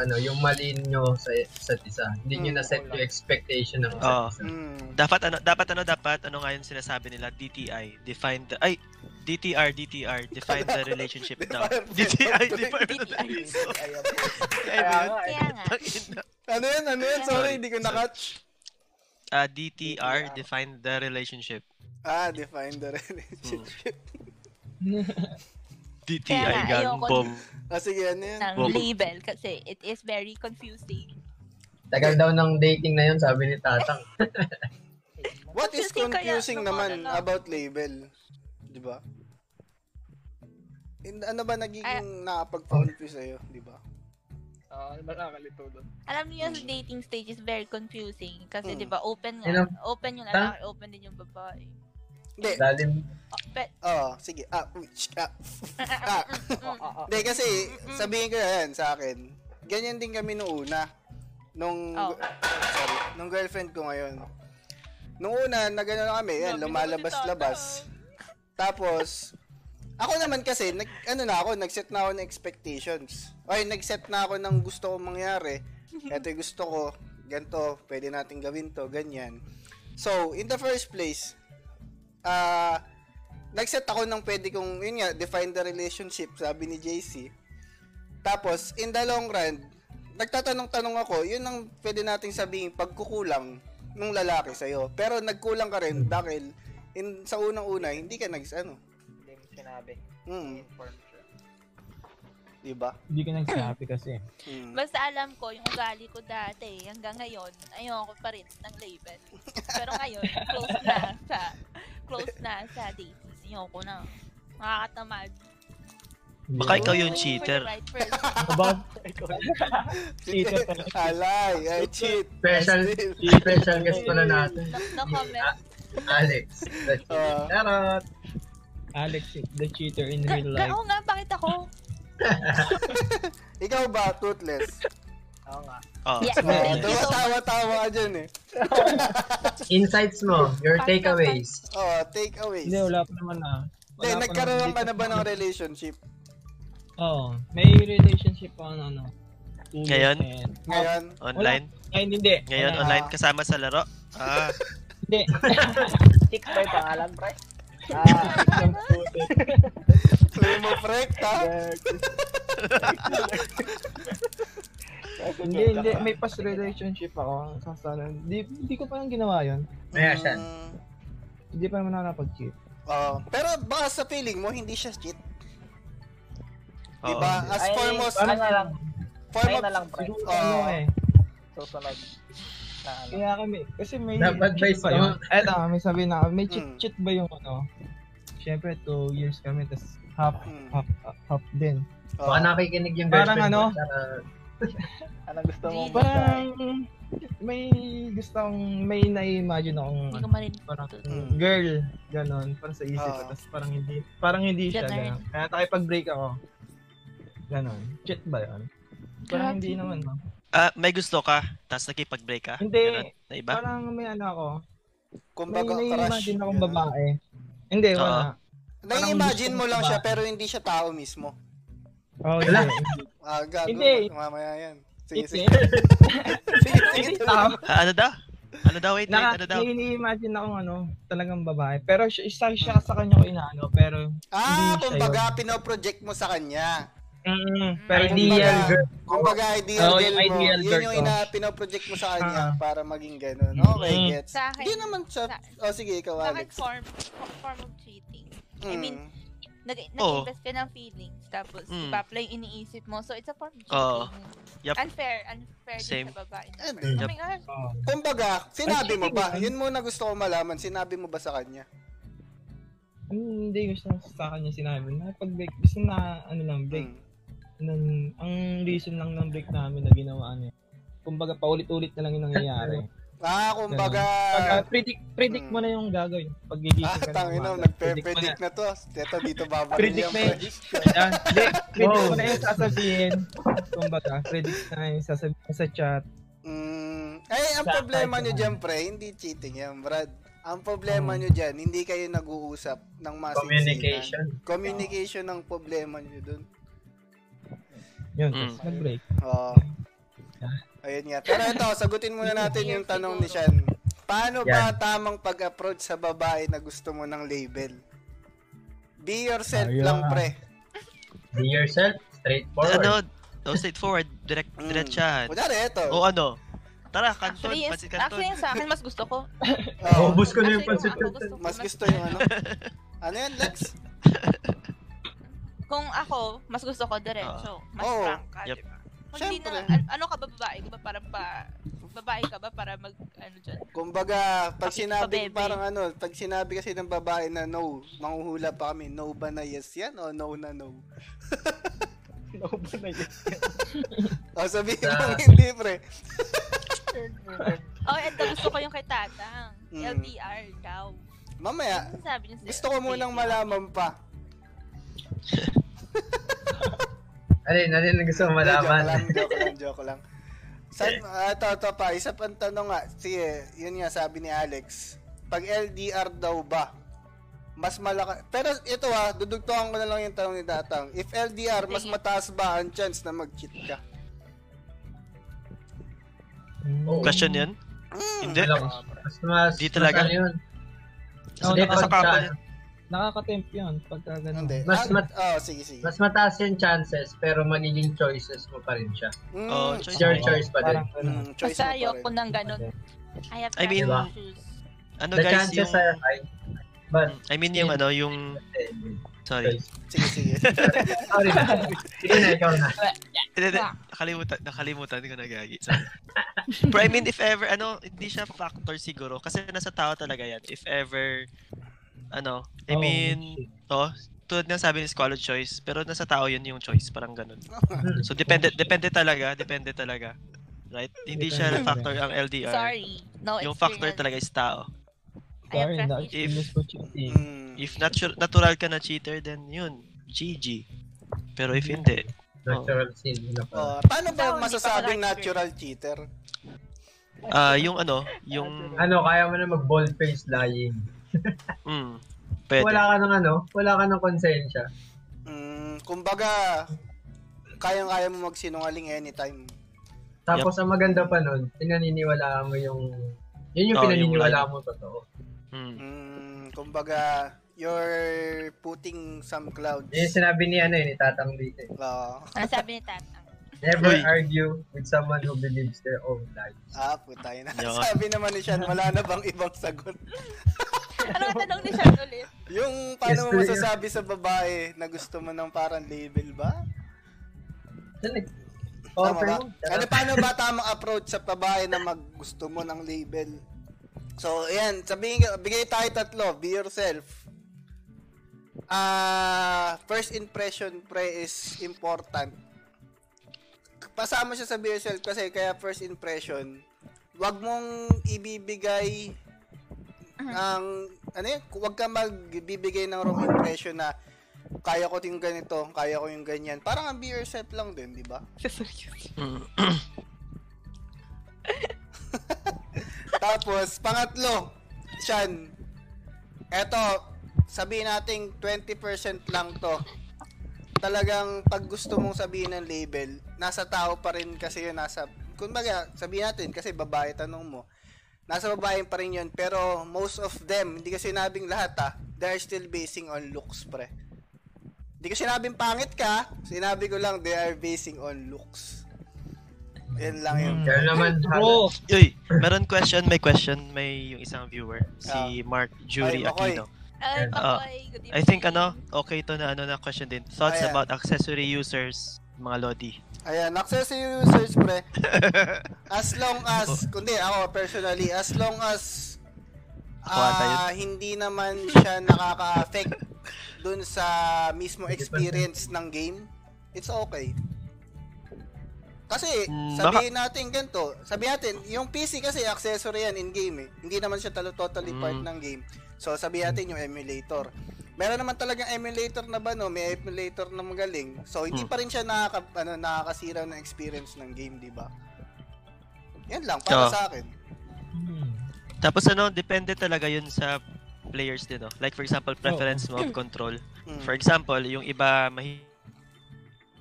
ano, yung mali nyo sa isa't isa. Hindi Hmm, nyo na-set yung expectation ng isa't Oo. isa. Mm. Dapat ano, dapat ano, dapat ano nga yung sinasabi nila, DTI, define the, ay, DTR, DTR, define the relationship now. DTI, define the relationship. DTI ba yun? eh. Kaya nga, ano yun, ano yun, sorry, hindi ko na-catch. Ah, DTR, define the relationship. Ah, define the relationship. Kaya DTI, nga, gang ayoko. bomb. Ah, sige, ano yun? ng Wow. label kasi it is very confusing. Tagal daw ng dating na yun, sabi ni Tatang. What is Confusing kaya, confusing no, naman ano lang. about label? Di ba? In, ano ba nagiging Ah. nakapag-confuse sa'yo, di ba? Oo, nakakalito doon. Alam niyo Mm. yung dating stage is very confusing kasi Mm. 'di ba open nga, Alam- open yung lalaki, open din yung babae. Ah, Hindi, Lalim, Open. Oo, sige. Ah, uy, sh- ah. ah. Mm. Hindi, kasi sabihin ko yan sa akin. Ganyan din kami nung una. Nung, Oh. sorry, nung girlfriend ko ngayon. Nung una, na gano'n kami, yan, Grabe lumalabas-labas. naman Tapos, ako naman kasi, nag, ano na ako, nag-set na ako ng expectations. Ay, nag-set na ako ng gusto kong mangyari. Ito yung gusto ko. ganito, pwede nating gawin to, ganyan. So, in the first place, ah, nagset ako ng pwede kong, yun nga, define the relationship, sabi ni JC. Tapos, in the long run, nagtatanong-tanong ako, yun ang pwede nating sabihin, pagkukulang nung lalaki sa'yo. Pero nagkulang ka Hmm. rin dahil in, sa unang-una, hindi ka nag, ano, Hindi mo sinabi. mm, Inform siya. di ba? Hindi ka nagsabi kasi. Mm. Basta alam ko, yung ugali ko dati, hanggang ngayon, ayoko pa rin ng label. Pero ngayon, close na sa, close na sa dates. Ayoko na. Nakakatamad. Baka ikaw yung Wait for cheater. the right person. About Cheater pala. Alay, I cheat. Special, Still. special guest pala natin. Ah, No, no comment. Alex. That's it. Ah. Charot. Alex, the cheater in Ka- ka- real life. Oo oh, nga, bakit ako? Ikaw ba, toothless? Oo nga. Oh, Yeah, Oh, thank you so much. Tumatawa-tawa ka dyan eh. Insights mo, your takeaways. Oh, takeaways. Hindi, Hindi, wala pa naman ah. Wala pa nagkaroon naman. ka na ba ng relationship? Oo. may relationship pa ano, ano. Two years Ngayon? na yan. Ngayon, online? Ngayon hindi. Ngayon, Wala. online kasama sa laro? Ah, Hindi. Six ba yung pangalan, pre? Ah, play mo freak ta? hindi, hindi. May past relationship ako. Sasana. Hindi, hindi ko pa lang ginawa yun. Maya siya. Mm, Hindi pa naman ako napag-cheat. oh, pero baka sa feeling mo, hindi siya cheat. oo. Diba? As Ay, form of, Ano na lang, form ay of, na lang, pre. Siguro Oh. Ah. ano eh. Susunod. Na ano. Kaya kami, kasi may... Nap-advise cheat ba ka? yun? Eto, may sabihin na ako, may cheat, Hmm. Mm. cheat ba yung ano? Siyempre, two years kami, tas half, Mm. Hmm. half, half din. oh, Baka nakikinig yung Parang girlfriend mo. ano? Charot. Anong gusto mo? Hindi. Basta, Parang, may gusto akong, may na-imagine akong, Hindi ko marinig. parang, Mm. girl, ganon, parang sa isip ko, Oo. tas parang hindi, parang hindi siya, Ganon. ganon. Kaya nakipag-break ako. Ganon. Cheat ba yun? Parang hindi naman, no? Ah, may gusto ka, tapos nakipag-break ka? Hindi. Ganun, na iba? Parang may ano ako, may, kumbaga, may crush. imagine akong Ganun. babae. Hindi, Oo. wala. Na-imagine Parang mo gusto lang mo siya, ba? pero hindi siya tao mismo. Oh, Wala. Ah, gago. Hindi. Mamaya yan. Sige, sige. Hindi. sige, sige. Hindi tuloy. tao. Ah, ano daw? Ano daw? Wait, wait, ano Naka, daw? ini-imagine akong ano, talagang babae. Pero siya, isa siya sa kanya ko inaano, pero, Ah, Hindi siya kumbaga, pinoproject mo sa kanya. mm, pero hindi Ideal Kumbaga, girl. Kumbaga, ideal Oo, girl yung mo. Oh, ideal yun girl yung ko. ina, pinoproject mo sa kanya para maging ganun. Ah. Mm. Okay, Mm. gets. Sa akin, Hindi naman sa... sa- Oh, sige, ikaw, sa akin Alex. form, form of cheating. I mean, Mm. Nag- Oo. nag-invest ka ng feelings, tapos Mm. mm. papla yung iniisip mo. So, it's a form of cheating. Oo. Oh. Yup. Unfair, unfair Same. din sa babae. Eh, di. Oh Yup. my God. Oh. Kumbaga, sinabi mo ba? Ay, Yun muna gusto ko malaman. Sinabi mo ba sa kanya? Hindi gusto sa kanya sinabi na pag-break, gusto na ano lang, break. Mm. Nun, ang reason lang ng break namin na ginawa niya. Kumbaga, paulit-ulit na lang yung nangyayari. Ah, kumbaga... Pag, ah, predict, predict mo na yung gagawin. Pagigising Ah, ka ng tangina, umaga, nagpe-predict mo na to. Ito, dito babalik Predict yan. na pre. yun. Yan. Hindi, predict Wow. mo na yung sasabihin. Kumbaga, predict na yung sasabihin mo sa chat. Mm. Ay, ang Sa- problema kahit nyo ano. dyan, pre, hindi cheating yan, Brad. Ang problema Mm. nyo dyan, hindi kayo nag-uusap ng masinsinan. Communication. Communication ang problema nyo dun. Yun, Mm. tapos nag-break. Oo. Ah. Ayun nga. Pero ito, sagutin muna natin yung tanong ni Shan. Paano ba tamang pag-approach sa babae na gusto mo ng label? Be yourself Ayun. lang, pre. Be yourself. Ano? Straightforward. Don't straightforward. Direct, Mm. diretsahan. Kunyari, ito. O ano? Tara, kanton, Actually, yung, pansit kanton. actually, yung sa akin, mas gusto ko. Oo. Ubus ko na Actually, yung pansit kung ako kanton. gusto ko, Mas gusto yung ano. Ano yan, Lex? Kung ako, mas gusto ko diretso. mas Oo. frank ka, Ah. Yup. di ba? Kung hindi Siyempre. na, an- ano ka ba babae ka ba para pa, babae ka ba para mag, ano dyan? Kumbaga, pag Bakit sinabi, pabebe? parang ano, pag sinabi kasi ng babae na no, manghuhula pa kami, no ba na yes yan o no na no? no ba na yun? O sabihin Sa- mo hindi, pre. Oh, and the gusto ko yung kay tatang. Mm. LDR daw. Mamaya, Ano sabi niya sa'yo? gusto ko munang Baby. malaman pa. Alin, alin ang gusto mo malaman? Hindi, Joke lang, joke lang, joke lang. San, ah, ito, ito pa, isa pang tanong nga. Sige, yun nga sabi ni Alex. Pag LDR daw ba, mas malaka... Pero ito ha, dudugtungan ko na lang yung tanong ni Datang. If LDR, mas Sige. mataas ba ang chance na mag-cheat ka? Hmm. Oo. Question yan? Hindi. Alam, Ano? mas, mas, Di talaga? Mas, ano yun, Kasi Hindi, nasa pagka- couple yan. Nakakatemp yun pagka ganun. Hindi. Ah, Mas mat- oh, sige, sige. mas mataas yung chances, pero magiging choices mo pa rin siya. Mm, Oh, It's choice. your Oo, choice pa din. parang ganun. mm, choice Basta mo ayoko pa rin. ng ganun. I have I mean, diba? to choose. Ano The guys, yung... chances are high, but eh, I mean yung ano, yung... Sorry. Choice. Sige, sige. Sorry na. Sige na, ikaw na. Hindi, hindi. Nakalimutan, nakalimutan ko na gagi. Sorry. Pero I mean, if ever, ano, hindi siya factor siguro. Kasi nasa tao talaga yan. If ever, ano, I Oo, mean, to, tulad ng sabi ni Squalid Choice, pero nasa tao yun yung choice, parang ganun. Hmm. So, depende, depende talaga, depende talaga. Right? Hindi siya Depende. factor ang LDR. Sorry. No Yung experience. factor talaga is tao. I have Sorry, trust dahil issues. miss ko cheating. Mm. If natu- natural ka na cheater, then yun, GG. Pero if hindi, Natural sin. Ano pa? Oh, paano ba Ikaw, hindi masasabing pa pala natural cheater? ah yung ano, yung, Ano, kaya mo na mag-bold face lying. mm, pwede. Wala ka ng ano, wala ka ng konsensya. Mm, kumbaga, kayang-kaya mo magsinungaling anytime. Tapos ang maganda pa nun, pinaniniwalaan mo yung... Yun yung Oo, yung pinaniniwalaan lying. mo totoo. Mm. Mm, kumbaga, you're putting some clouds. Yun yung sinabi ni ano eh, ni Tatang Dito. eh. Oo. Ano sabi ni Tatang? Never Uy. argue with someone who believes their own lies. ah, putay na. Yun. Sabi naman ni Sean, wala na bang ibang sagot? Ano ang tanong ni Sean ulit? Yung paano mo Yes, sir. masasabi sa babae na gusto mo ng parang label ba? Tama Offer ba? mo. Ano paano ba tamang approach sa babae na maggusto mo ng label? So, ayan, sabihin, bigay tayo tatlo, be yourself. Ah, first impression pre is important. Pasama siya sa be yourself kasi kaya first impression, wag mong ibibigay Uh-huh. ng ano yun, wag ka magbibigay ng wrong impression na kaya ko yung ganito, kaya ko yung ganyan. Parang ang be yourself lang din, di ba? Mm. Tapos, pangatlo, Sean, eto, sabihin nating 20% lang to. Talagang pag gusto mong sabihin ng label, nasa tao pa rin kasi yun, nasa, kumbaga, sabihin natin, kasi babae tanong mo, nasa babae pa rin yun, pero most of them, hindi ko sinabing lahat ah, they're still basing on looks pre. Hindi ko sinabing pangit ka, sinabi ko lang they are basing on looks. Yan lang yun. Kaya naman, Bro, Uy, meron question, may question, may yung isang viewer, si Mark Jury Ay, Makoy. Aquino. Ay, Ah, Pakoy, good I evening. think ano, okay to na ano na question din. Thoughts Ayan. about accessory users, mga lodi. Ayan, access yung users pre. As long Oh. as, kundi ako personally, as long as Ako ata yun. ah, hindi naman siya nakaka-affect dun sa mismo experience ng game, it's okay. Kasi, Mm, baka- sabihin natin ganito, sabihin natin, yung PC kasi accessory yan in-game eh. Hindi naman siya talo totally part Mm. ng game. So, sabihin natin yung emulator. Meron naman talagang emulator na ba no? May emulator na magaling. So, hindi Mm. pa rin siya nakaka, ano, nakakasira ng experience ng game, di ba? Yan lang, para Oo. sa akin. hmm. Tapos ano, depende talaga yun sa players din, no? Like for example, preference mo of control. Mm. For example, yung iba mahi-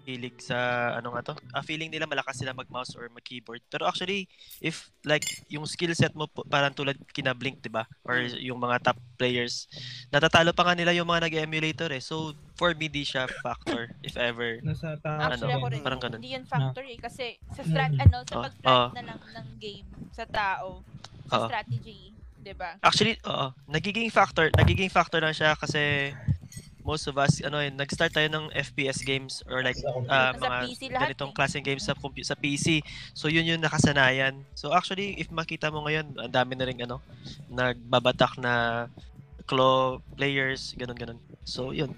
hilig sa ano nga to? Ah, feeling nila malakas sila mag-mouse or mag-keyboard. Pero actually, if like yung skill set mo po- parang tulad kina Blink, 'di ba? Or Mm. yung mga top players, natatalo pa nga nila yung mga nag-emulator eh. So, for me di siya factor if ever. nasa tao. Actually, ano, ako rin. parang ganun. Hindi yun factor eh. Kasi sa strat, Mm. ano, sa Oh, pag-strat oh. na lang ng game sa tao, Oo. sa strategy, di ba? Actually, oo. Nagiging factor, nagiging factor lang siya kasi most of us, ano yun, nag-start tayo ng FPS games or like ah, Sa mga PC lahat ganitong eh. klaseng games sa, compu- sa PC. So, yun yung nakasanayan. So, actually, if makita mo ngayon, ang dami na rin, ano, nagbabatak na claw players, ganun-ganun. So, yun.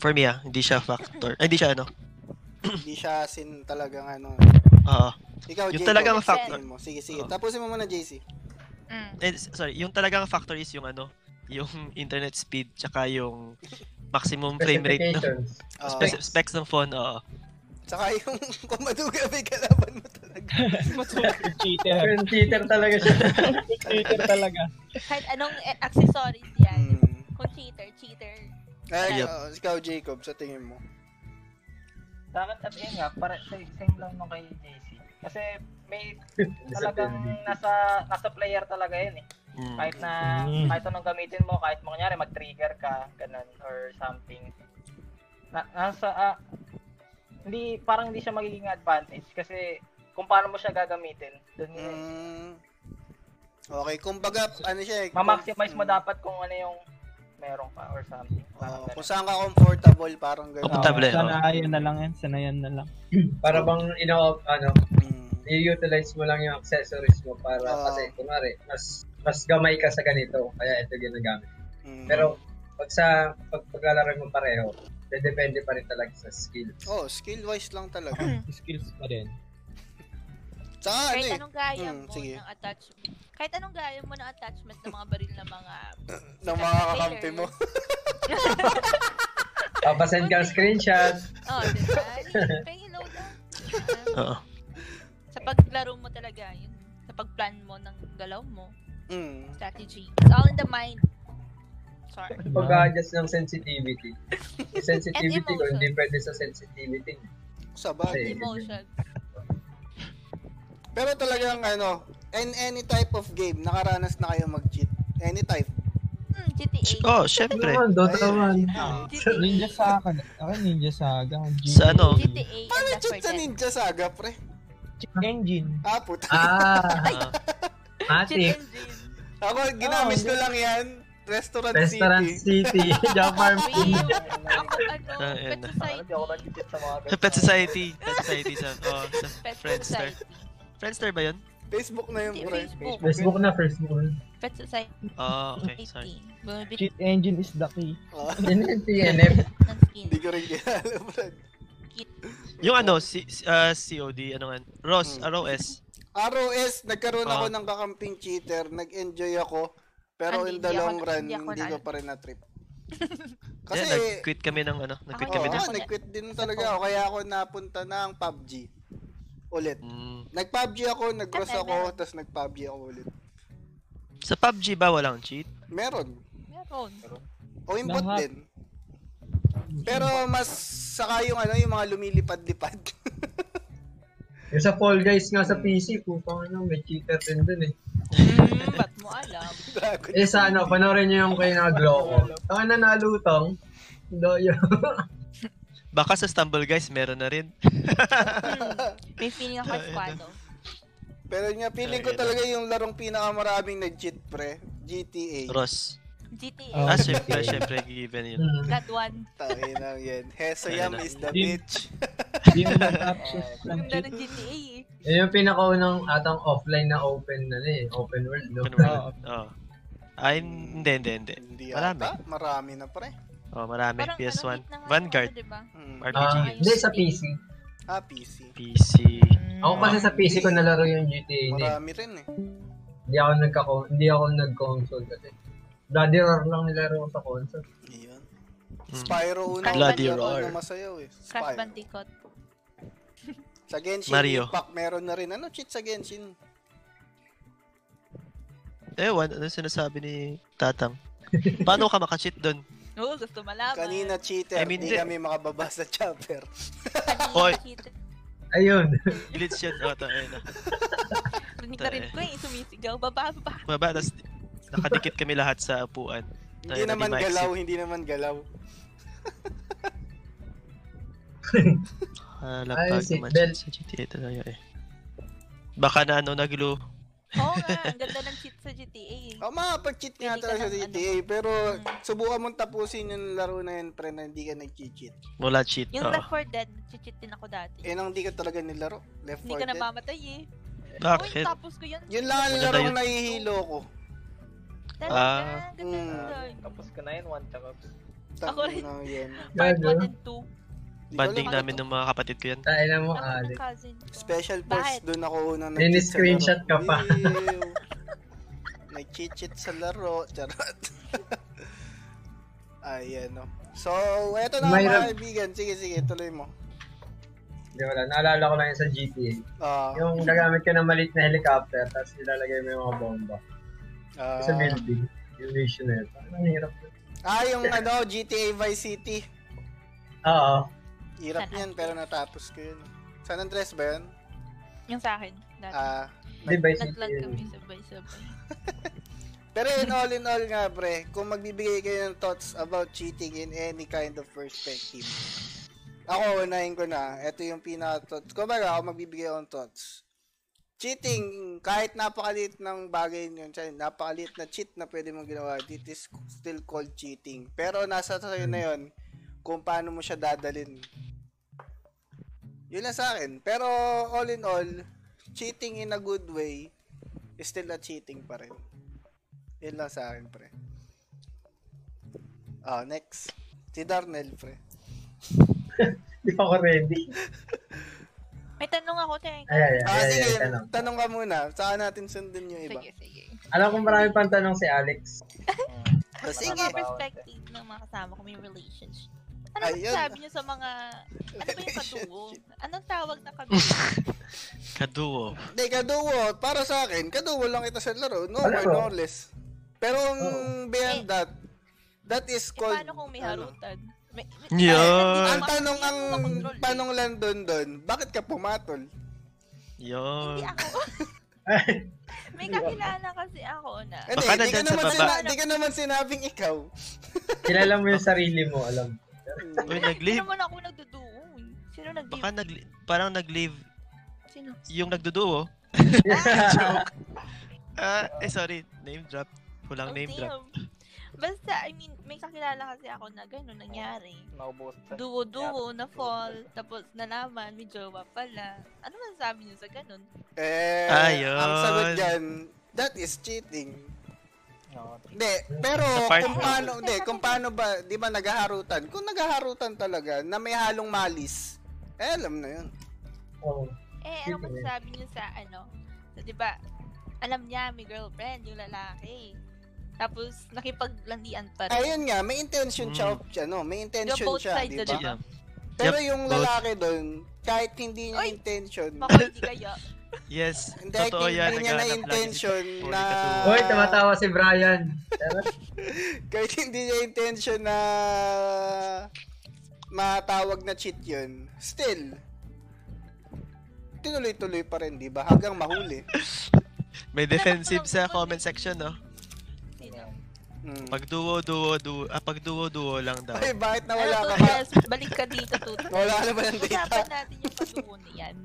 For me, ah, hindi siya factor. Ay, hindi siya, ano. Hindi siya sin talagang ano. Oo. Ikaw, Yung Jacob, talagang explain factor. mo. Sige, sige. Oo. Tapusin mo muna, JC. Mm. Eh, s- sorry, yung talagang factor is yung, ano, yung internet speed, tsaka yung maximum frame rate ng specifications. Oo. Spec- specs ng phone, oo. Saka yung kung madugabi kalaban mo talaga. cheater. Yung cheater talaga siya. cheater talaga. Kahit anong eh, accessories yan. Mm. Kung cheater, cheater. Ay, Yep. oo, ikaw, Jacob, sa tingin mo. Sa akin, at yun nga, para, sa- same lang nung kay JC. Kasi may talagang nasa nasa player talaga yun eh. Mm. Kahit na Mm. kahit anong gamitin mo, kahit mo kunyari mag-trigger ka, ganun or something. Na, nasa ah, hindi parang hindi siya magiging advantage kasi kung paano mo siya gagamitin, doon yun. Mm. Okay, kumbaga, ano siya eh. Ma-maximize mo Mm. dapat kung ano yung meron ka or something. Parang Oo, ganun. kung saan ka comfortable, parang gano'n. Comfortable, eh, Oo, Sanayan na lang yan, sanayan na lang. Para bang, you know, ano, Hmm. i-utilize mo lang yung accessories mo para Oo. kasi, kunwari, mas mas gamay ka sa ganito, kaya ito ginagamit. Mm. Pero, pag sa pag paglalaro mo pareho, depende pa rin talaga sa skills. oh, skill-wise lang talaga. Skills pa rin. Tsaka ano Hmm. Kahit eh, anong gaya Mm, mo sige. ng attachment. Kahit anong gaya mo ng attachment ng mga baril ng mga ng mga kakampi mo. Papasend ka ang screenshot. Oh, di ba? Yung Payload lang. Ah, Oo. Sa paglaro mo talaga, yun. Sa pagplan mo ng galaw mo. Mm. Strategy. It's all in the mind. Sorry. Pag-adjust ng sensitivity. Yung sensitivity ko, emotion. hindi pwede sa sensitivity. Sa bagay. Kasi, Emotion. Pero talagang ano, in any type of game, nakaranas na kayo mag-cheat. Any type. Hmm, GTA. Oh, syempre. Naman, Dota Ayun. 1. Ah. Ninja Saga. Ako Ninja Saga. G- Sa ano? GTA and Paano Left cheat sa 4 Dead. Ninja Saga, pre? Engine. Ah, puta. Ah, Ah, Matic. Cheat engine. Ako, ginamit ko lang yan. Oh, Restaurant, Restaurant City. City. Job Farm Wait, City. Ako, ano, Ah, yun Pet na. Parang Hindi ako Society. nag-cheat sa mga ganun. sa Pet Society. Pet Society sa, oh, sa Pet Friendster. Society. Friendster ba yun? Facebook na yung Hindi, pre. Facebook. Facebook na, Facebook na. Pet Society. Oh, okay. Sorry. Bumibit Cheat engine is the key. Ah, Yun yung TNF. ng skin. Hindi ko rin kilala, pre. Yung ano, si, si- ah, COD, ano nga, ROS, Mm. ROS. ROS, nagkaroon ako Ah. ng kakamping cheater. Nag-enjoy ako. Pero in Ah, Hindi, the hindi ako- long run, hindi ako hindi ko na- pa rin na-trip. Kasi, Kasi, nag-quit kami ng ano, nag-quit Ako kami oo, din. ng... Ako- Ah, nag-quit din talaga ako. Kaya ako napunta ng PUBG. Ulit. Mm. Nag-PUBG ako, nag-cross Kasi ako, meron. tapos nag-PUBG ako ulit. Sa PUBG ba walang cheat? Meron. Meron. O input Lahat. din. Pero mas saka yung ano, yung mga lumilipad-lipad. Yung sa Fall Guys nga sa PC, putang ano, may cheater din dun eh. Hmm, ba't mo alam? Dragon. Eh sa ano, panoorin nyo yung kay na Gloco. Taka na nalutang. Doyo. Baka sa Stumble Guys, meron na rin. Hmm, May feeling ako eskwado. Pero yun nga, feeling ko Ayun. talaga yung larong pinakamaraming nag-cheat pre. GTA. ROS. GTA. Ah, syempre, syempre, given yun. Hmm. God one. Tangin na yan. Hesoyam Ayun. is the Yun. bitch. Hindi mo mag-options ng Ganda cheat. ng GTA eh. Yun yung pinakaunang atang offline na open na eh, open world. No? Open world. Oh. Ay, hindi, hindi, hindi. Hindi Marami. ata. Marami na pre. Oh, marami. Parang PS1. ano, hit na nga Vanguard. ako, diba? Hmm. RPG. Ah, hindi sa PC. Ah, PC. PC. Ako Mm. kasi sa PC ko nalaro yung GTA na eh. Marami rin eh. Hindi ako nagkako, hindi ako nag-console kasi. Bloody Roar lang nilaro ko sa console. Ayun. Mm. Hmm. Spyro una. Bloody Roar. Na masayaw eh. Crash Spyro. Bandicoot. Sa Genshin Mario. Impact meron na rin. Ano cheat sa Genshin? Ewan, ano sinasabi ni Tatang? Paano ka makacheat doon? Oo, Oh, gusto malaman. Kanina cheater, I mean, di di- kami makababa sa chopper. Kanina Oy. kita. Ayun. Glitch yun. Oh, to, ayun. ah. Rinig na rin ko eh, sumisigaw. Baba, baba. Baba, tapos nakadikit kami lahat sa upuan. Hindi Tayo, naman hindi ma-exit. galaw, hindi naman galaw. Hala, Ay, pag seatbelt. ma-cheat sa GTA talaga eh. Baka na ano, naglo. Oo nga, ang ganda ng cheat sa GTA eh. O, Oh, makapag-cheat nga Hindi ka talaga sa ng ano. GTA, pero Mm. subukan mong tapusin yung laro na yun, pre, na hindi ka nag-cheat. Wala cheat. Oo. Yung Left 4 Dead, cheat din ako dati. Eh, nang hindi ka talaga nilaro. Left Hindi 4 ka dead. namamatay eh. Uy, Bakit? tapos ko yun. Yun lang ang Maganda laro yun. na nahihilo ko. Talaga, Ah. ganda Mm. nun doon. Tapos ko na yun, one time. Tang- Ako rin. Na, yan. Part Gago. 1 and 2. Hindi ko Banding alam. namin ng mga kapatid ko yan. Tayo na mo, Ako Ali. ng cousin ko. Special force, Bakit? doon ako unang Then, nag-cheat sa screenshot laro. ka pa. Ew. Nag-cheat sa laro. Charot. Ayan, no. So, eto na Mayroon- mga kaibigan. Sige, sige, tuloy mo. Hindi wala. Naalala ko lang yun sa GTA. Ah, Yung gagamit ka ng maliit na helicopter, tapos nilalagay mo yung mga bomba. ah. sa building. Yung mission na yun. Ang hirap. yun. Ah, yung ano, GTA Vice City. Oo. Hirap San yan, pero natapos ko yun. San Andres ba yun? Yung sa akin. Nag- Ah, Device nag material. kami sabay-sabay. pero in all in all nga pre, kung magbibigay kayo ng thoughts about cheating in any kind of perspective. Ako, unahin ko na. Ito yung pinaka-thoughts. Kung baga, ako magbibigay akong thoughts. Cheating, kahit napakalit ng bagay yun, siya, napakalit na cheat na pwede mong ginawa, it is still called cheating. Pero nasa sa'yo na yun, kung paano mo siya dadalin. Yun lang sa akin. Pero all in all, cheating in a good way is still a cheating pa rin. Yun lang sa akin, pre. Ah, next. Si Darnell, pre. Hindi pa ako ready. May tanong ako, Teng. Ayan, ayan, Ah, ayan, sige. ayan, tanong. Tanong ka muna. Saan natin sundin yung iba? Sige, sige. Alam kong marami pang tanong si Alex. Ah, Sa sige. Ano mga perspective ng mga kasama ko, may relationship. Ano Ayun. Ayun. sabi niyo sa mga... Ano ba yung kaduo? Anong tawag na Eh, kaduo? Kaduo. Hindi, kaduwo. Para sa akin, kaduwo lang kita sa laro. No more, Alam ko. no less. Pero ang beyond that, that is Eh, called... paano kung may ano? harutan? May, may, Yeah. Ang Ay, hindi tanong, ko ma- ang hindi ko makontrol eh. tanong lang doon doon, bakit ka pumatol? Hindi ah, Yun. ako. may kakilala kasi ako na. Eh, di, di, Baka ka nandyan sa naman baba. sina- di ka naman sinabing ikaw. Kilala mo yung sarili mo, alam. Uy, Hindi nag-leave. naman ako nagduduo. eh. Sino nag-leave? Baka nag parang nag-leave Sino? yung nagduduo. Ah, eh sorry, name drop. Walang Oh, name drop. damn. Basta, I mean, may kakilala kasi ako na gano'n nangyari. Naubusan. Duo-duo na fall, tapos nalaman, may jowa pala. Ano man sabi niyo sa ganun? Eh, Ayun. ang sagot dyan, that is cheating. No, Hindi, pero Sa part kung mo. paano, hindi, kung paano ba, di ba naghaharutan? Kung naghaharutan talaga, na may halong malis, eh, alam na yun. Oh. Eh, ano man sabi niyo sa ano? So, di ba, alam niya may girlfriend, yung lalaki. Tapos, nakipaglandian pa rin. Ayun nga, may intention siya, Mm. of, ano, may Yung intention both siya, sides di na, ba? di ba? Pero Yep, yung both. lalaki doon, kahit hindi niya Oy! intention, Makoy, di kaya. Yes, hindi, kahit totoo yan. hindi niya na naghahanap lagi si- intention Paul na... Catulo. Ah. Hoy, tumatawa si Brian. Kahit hindi niya intention na matawag na cheat yun, still, tinuloy-tuloy pa rin, di ba? Hanggang mahuli. May defensive sa comment section, no? Sino? Mm. Pag duo, duo, duo. Ah, pag duo, duo lang daw. Ay, bakit nawala Ano ka to, ba? Tess? Balik ka dito, Tutu. Wala ka naman ng data. Usapan natin yung pag-uun na yan.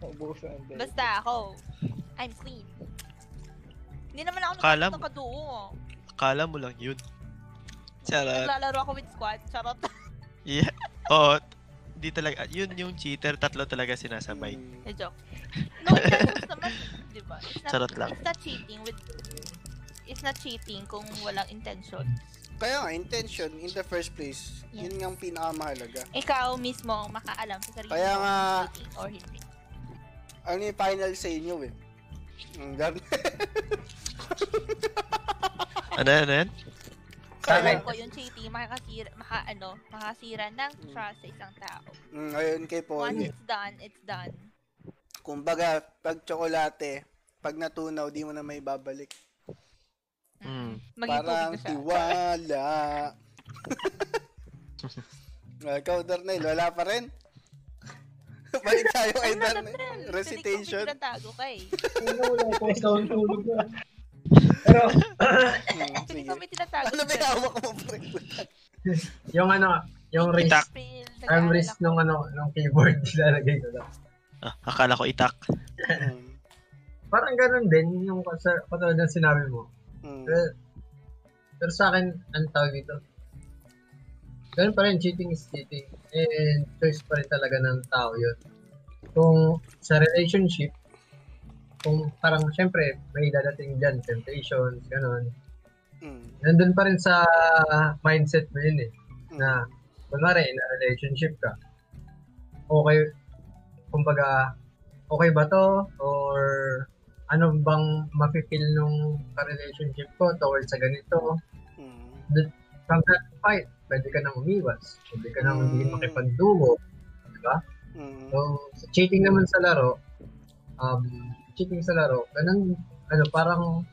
Naubusan. Basta ako, I'm clean. Hindi naman ako Kala nakapunta ng kaduo. Akala mo lang yun. Charot. Naglalaro ako with squad. Charot. Yeah. Oo. Di talaga. Yun yung cheater. Tatlo talaga sinasabay. Mm. Eh, joke. No, it's not naman, di ba? It's not, Charot lang. It's not cheating with... It's not cheating kung walang intention. Kaya nga, intention in the first place, yun yung pinakamahalaga. Ikaw mismo ang makaalam sa sarili Kaya mo nga- kung cheating or hindi. Ano yung final sa inyo eh? Ang dami. Ano yan? Ano yan? Sabi, Alam ko yung cheating, makakasira, maka, ano, makasira ng Hmm. trust sa isang tao. Mm, ayun kay Once Paul. it's done, it's done. Kumbaga, pag tsokolate, pag natunaw, di mo na may babalik. Mm. Maging Parang tubig na siya. tiwala. Ah, Ikaw, Darnell, wala pa rin? Balik tayo kay Ano, Darnell. Gabriel? Recitation. Hindi ko pinatago ka eh. Ano, wala akong sound tulog na. Pero, Mm, Hindi sige. ko may tinatago. Ano ba yung hawak mo, pre? yung ano, yung wrist, arm wrist nung ano, nung keyboard, nilalagay ko lang. Ah, akala ko itak. Mm, Parang ganun din, yung kasa- katulad ng sinabi mo. mm. Pero, pero sa akin, ang tawag dito, ganun pa rin, cheating is cheating. And choice pa rin talaga ng tao yun. Kung sa relationship, kung parang syempre, may dadating dyan, temptations, ganun. Mm, Nandun pa rin sa mindset mo yun eh, mm. na kunwari, in a relationship ka. Okay, kumbaga, okay ba to? Or ano bang mafe-feel nung relationship ko towards sa ganito? Mm. from that fight, pwede ka nang umiwas. Pwede ka nang hindi Mm. makipagduo. Diba? Mm. So, sa cheating naman sa laro, um, cheating sa laro, ganun, ano, parang,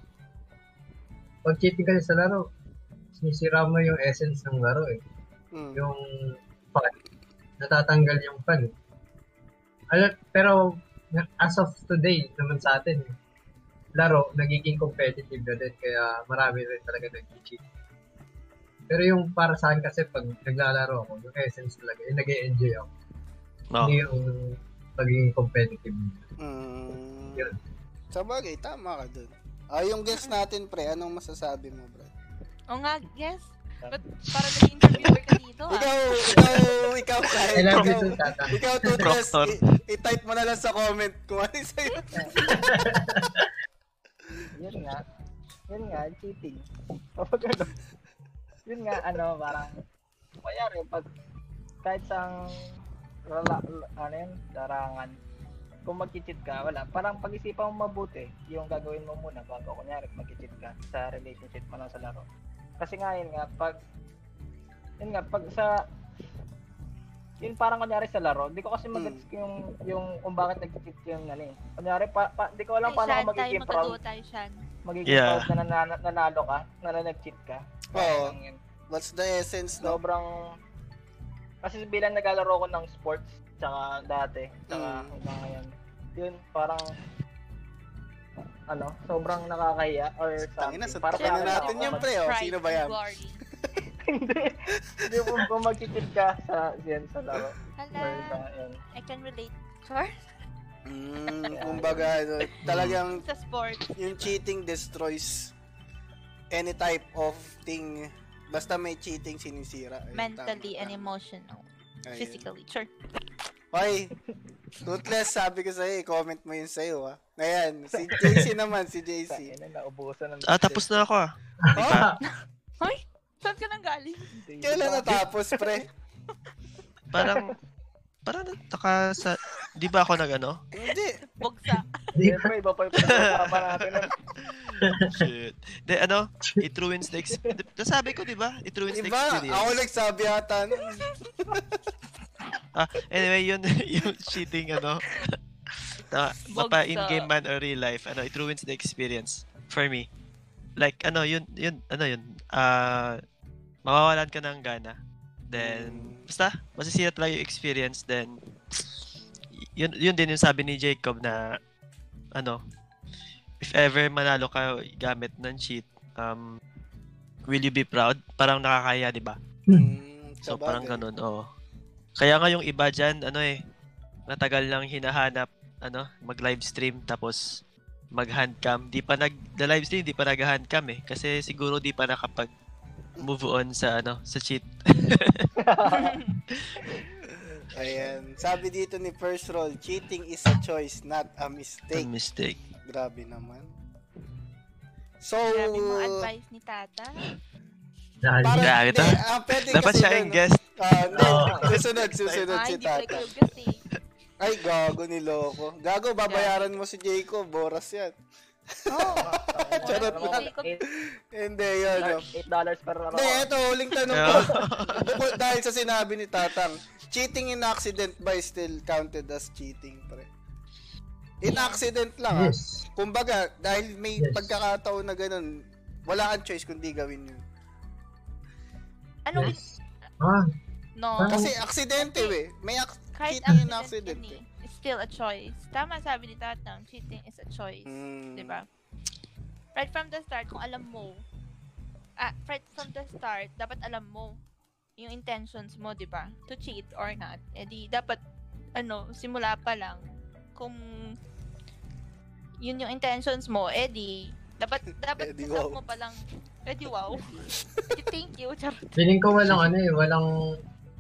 pag cheating ka sa laro, sinisira mo yung essence ng laro eh. Mm. Yung fun. Natatanggal yung fun. Alam, pero, na- as of today naman sa atin, eh, laro, nagiging competitive na din. Kaya marami rin talaga nag-cheat. Pero yung para sa akin kasi pag naglalaro ako, yung essence talaga, yung nag-enjoy ako. No. Hindi yung pagiging competitive. Mm. Yun. Sa bagay, tama ka dun. Ah, yung guest natin, pre, anong masasabi mo, bro? O nga, guess. But para naging interviewer ka dito ah. Ikaw, ikaw, ikaw, I kahit. love you ikaw, too, tata. ikaw, Tutres, Proctor. i- i-type mo na lang sa comment kung ano yung sa'yo. Yun nga. Yun nga, cheating. Kapag ano, yun nga, ano, parang, kayari, pag, kahit sang, rala, l- ano yun, larangan, kung mag-cheat ka, wala. Parang pag-isipan mo mabuti yung gagawin mo muna bago, kunyari, mag-cheat ka sa relationship mo lang sa laro. Kasi nga, yun nga, pag, yun nga, pag sa, yun parang kunyari sa laro, di ko kasi mag Hmm. yung, yung, kung bakit nag-cheat yung, ano eh. Kunyari, pa, pa, di ko Ay, alam paano Shan, ako tayo magiging proud magkagawa tayo, Shan. magiging Yeah. proud na nanana- nanalo ka, na nag-cheat ka. Oo. Parang yun. What's the essence, no? Sobrang, kasi bilang nagalaro ko ng sports, tsaka dati, tsaka Mm. hanggang ngayon, yun, parang, ano, sobrang nakakahiya or something. Tangina, sa Parang Tangina nakakahiya natin ako. yun, pre, oh. Sino ba yan? Hindi. Hindi po kung mag-cheat ka sa, yun, sa laro. Or sa, Hala, yun. I can relate. Char? Mm, kumbaga, ano, talagang Sa sports. yung cheating destroys any type of thing. Basta may cheating, sinisira. Ayun, Mentally tama, and tama. emotional. Ayun. Physically. Char. Hoy, ruthless, sabi ko sa'yo, i-comment mo yun sa'yo, ha? Ngayon, si JC naman, si Sa, JC. yun, naubusan ng... Ah, tapos na ako ah. Oh, Saan ka nang galing? Hindi. kailan natapos, pre? Parang, parang taka sa, di ba ako nag ano? Hindi. Bugsa. Siyempre, iba pa yung pinag-usapan natin. nun. Shit. De, ano, it ruins the experience. Nasabi ko, di ba? It ruins the Iba, experience. ako nagsabi ata. nun. Ah, anyway, yun, yung cheating, ano, na, mapa Bagsak. in-game man or real life, ano, it ruins the experience for me. Like, ano, yun, yun, ano yun, ah, mawawalan ka ng gana. Then, basta, masisira talaga yung experience, then, yun, yun din yung sabi ni Jacob na, ano, if ever manalo ka gamit ng cheat, um, will you be proud? Parang nakakaya, di ba? Mm, So sabagay. parang Hmm. ganun, oo. Kaya nga yung iba dyan, ano eh, natagal lang hinahanap, ano, mag-livestream tapos mag-handcam. Di pa nag, the livestream di pa nag-handcam eh. Kasi siguro di pa nakapag move on sa ano, sa cheat. Ayan. Sabi dito ni First Roll, cheating is a choice, not a mistake. A mistake. Grabe naman. So, Oh. Grabe mo advice ni tata. Dahil Parang, Grabe to. hindi, ah, pwede Dapat kasi siya nun, yung no? guest. Ah, hindi. Oo. Susunod, susunod Ah, si hindi pala Tata. kayo kasi. Ay, gago ni Loco. Gago, babayaran mo si Jacob. Boras yan. Oo. Charot Alam mo, lang. eight- Hindi, yun. no. eight dollars per ano. Hindi, eto, huling tanong ko. Bukod dahil sa sinabi ni Tatang, cheating in accident by still counted as cheating, pre? In accident lang, ah. Yes. Kumbaga, dahil may Yes. pagkakataon na ganun, wala kang choice kundi gawin yun. Ano? Yes. Ah, No. Kasi aksidente, we. May ak- Kahit cheating in accident accident. yun eh. It's still a choice. Tama sabi ni Tatang, cheating is a choice. Mm. Di ba? Diba? Right from the start, kung alam mo, ah, right from the start, dapat alam mo yung intentions mo, di ba? To cheat or not. E di, dapat, ano, simula pa lang, kung yun yung intentions mo, eh di, dapat, dapat Eh di, set up wow. mo palang, eh di wow. Thank you, charot. feeling ko walang ano eh, walang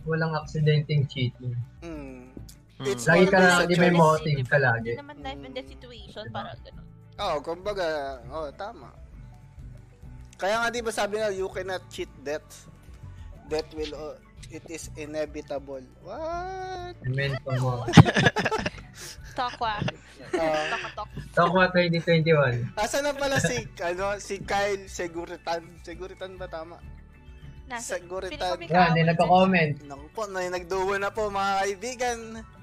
walang accidenting cheating. Mm. Hmm. It's Lagi ka always lang, a di may choice. motive ka lagi. diba? Hindi Diba? naman life and Mm. death situation, parang ganun. Oo, oh, kumbaga, oo, oh, tama. Kaya nga di ba sabi na, you cannot cheat death. Death will, o- it is inevitable. What? Memento mo. Tokwa. Ah. Tokotok. Tokwa 2021. Asa na pala si, ano, si Kyle Seguritan? Seguritan ba tama? Nasa. Seguritan. Feeling ko may- Yan, yung nagko-comment. Naku po, may nagduwa na po mga kaibigan.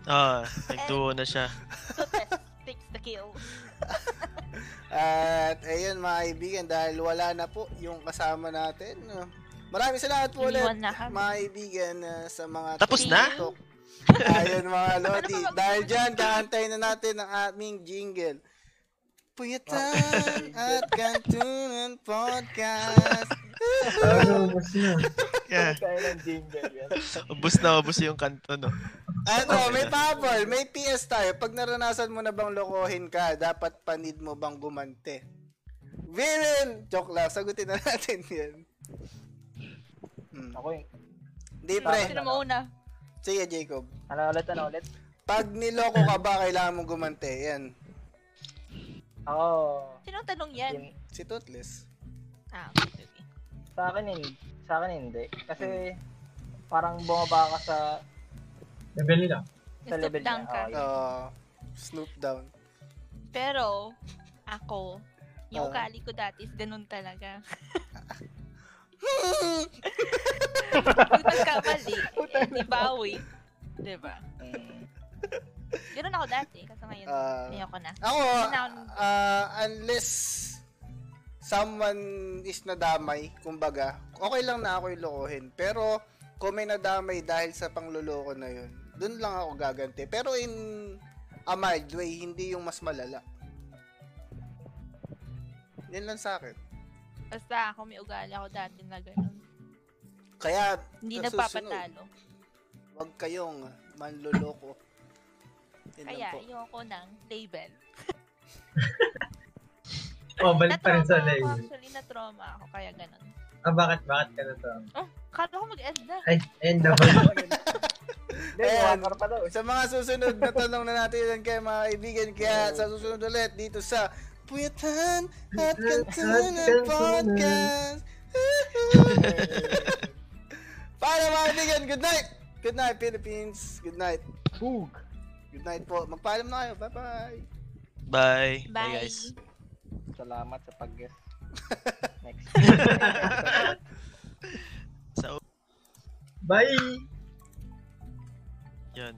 Ah, nagduo na siya. Totes takes the kill. At ayun mga kaibigan, dahil wala na po yung kasama natin. Maraming salamat po ulit Iniwan na kami. mga kaibigan ah, sa mga Tapos na? tutok Ayun mga lodi. Dahil dyan, kaantay na natin ang aming jingle. Puyatan at Kantunan Podcast. Ano, mas na. Yeah. Kaya ng jingle yan. Ubus na ubus yung kanto, no? Ano, may pabol, may PS tayo. Pag naranasan mo na bang lokohin ka, dapat panid mo bang gumante? Villain! Joke lang, sagutin na natin yan. Hmm. Ako eh. Di Sino pre, mauna? sige Jacob. Ano ulit, ano ulit? Pag niloko ka ba, kailangan mong gumante. Yan, Ako, Sino ang tanong yan? yun, si Toothless. Ah, okay. okay. sa akin hindi. Sa akin hindi. Kasi, parang bumaba ka sa, Level nila. sa level Step down niya. ka. Oo, yun. Uh, Snoop down. Pero, ako, Oo. Ah. yung ugali ko dati is ganun talaga. Yung pagkamali, eh, di bawi. Di ba? Mm. Diba? Ganun ako dati. Kasi ngayon, Ah. ayoko na. Ako, Noun. ah, unless someone is nadamay, kumbaga, okay lang na ako lokohin. Pero, kung may nadamay dahil sa pangluloko na yun, dun lang ako gaganti. Pero in a mild way, hindi yung mas malala. Yan lang sa akin. Basta ako may ugali ako dati na ganun. Kaya, Hindi sa susunod, nagpapatalo. Huwag kayong manluloko. Yan lang Kaya, po. ayoko ng label. Oh, balik pa rin sa Na-trauma ako, level. Actually, na-trauma ako. Kaya ganun. Ah, bakit? Bakit ka na to? Oh, kala ko mag-end na. Ay, end na ba? Hindi, Ayan. wagar pa daw eh. Sa mga susunod na tanong na natin yan kayo mga kaibigan. Kaya sa susunod ulit dito sa Puyatan at Kantunan Podcast. Para mga kaibigan, good night! Good night, Philippines! Good night! Boog. Good night po. Magpaalam na kayo. Bye-bye! Bye. Bye. guys. Salamat sa pag-guess. Next. So, Bye! yun.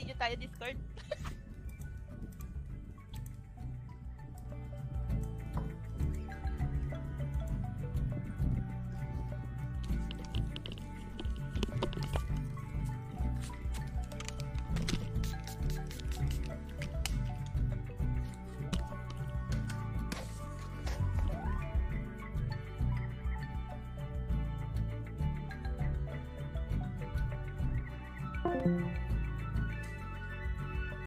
See you tayo Discord.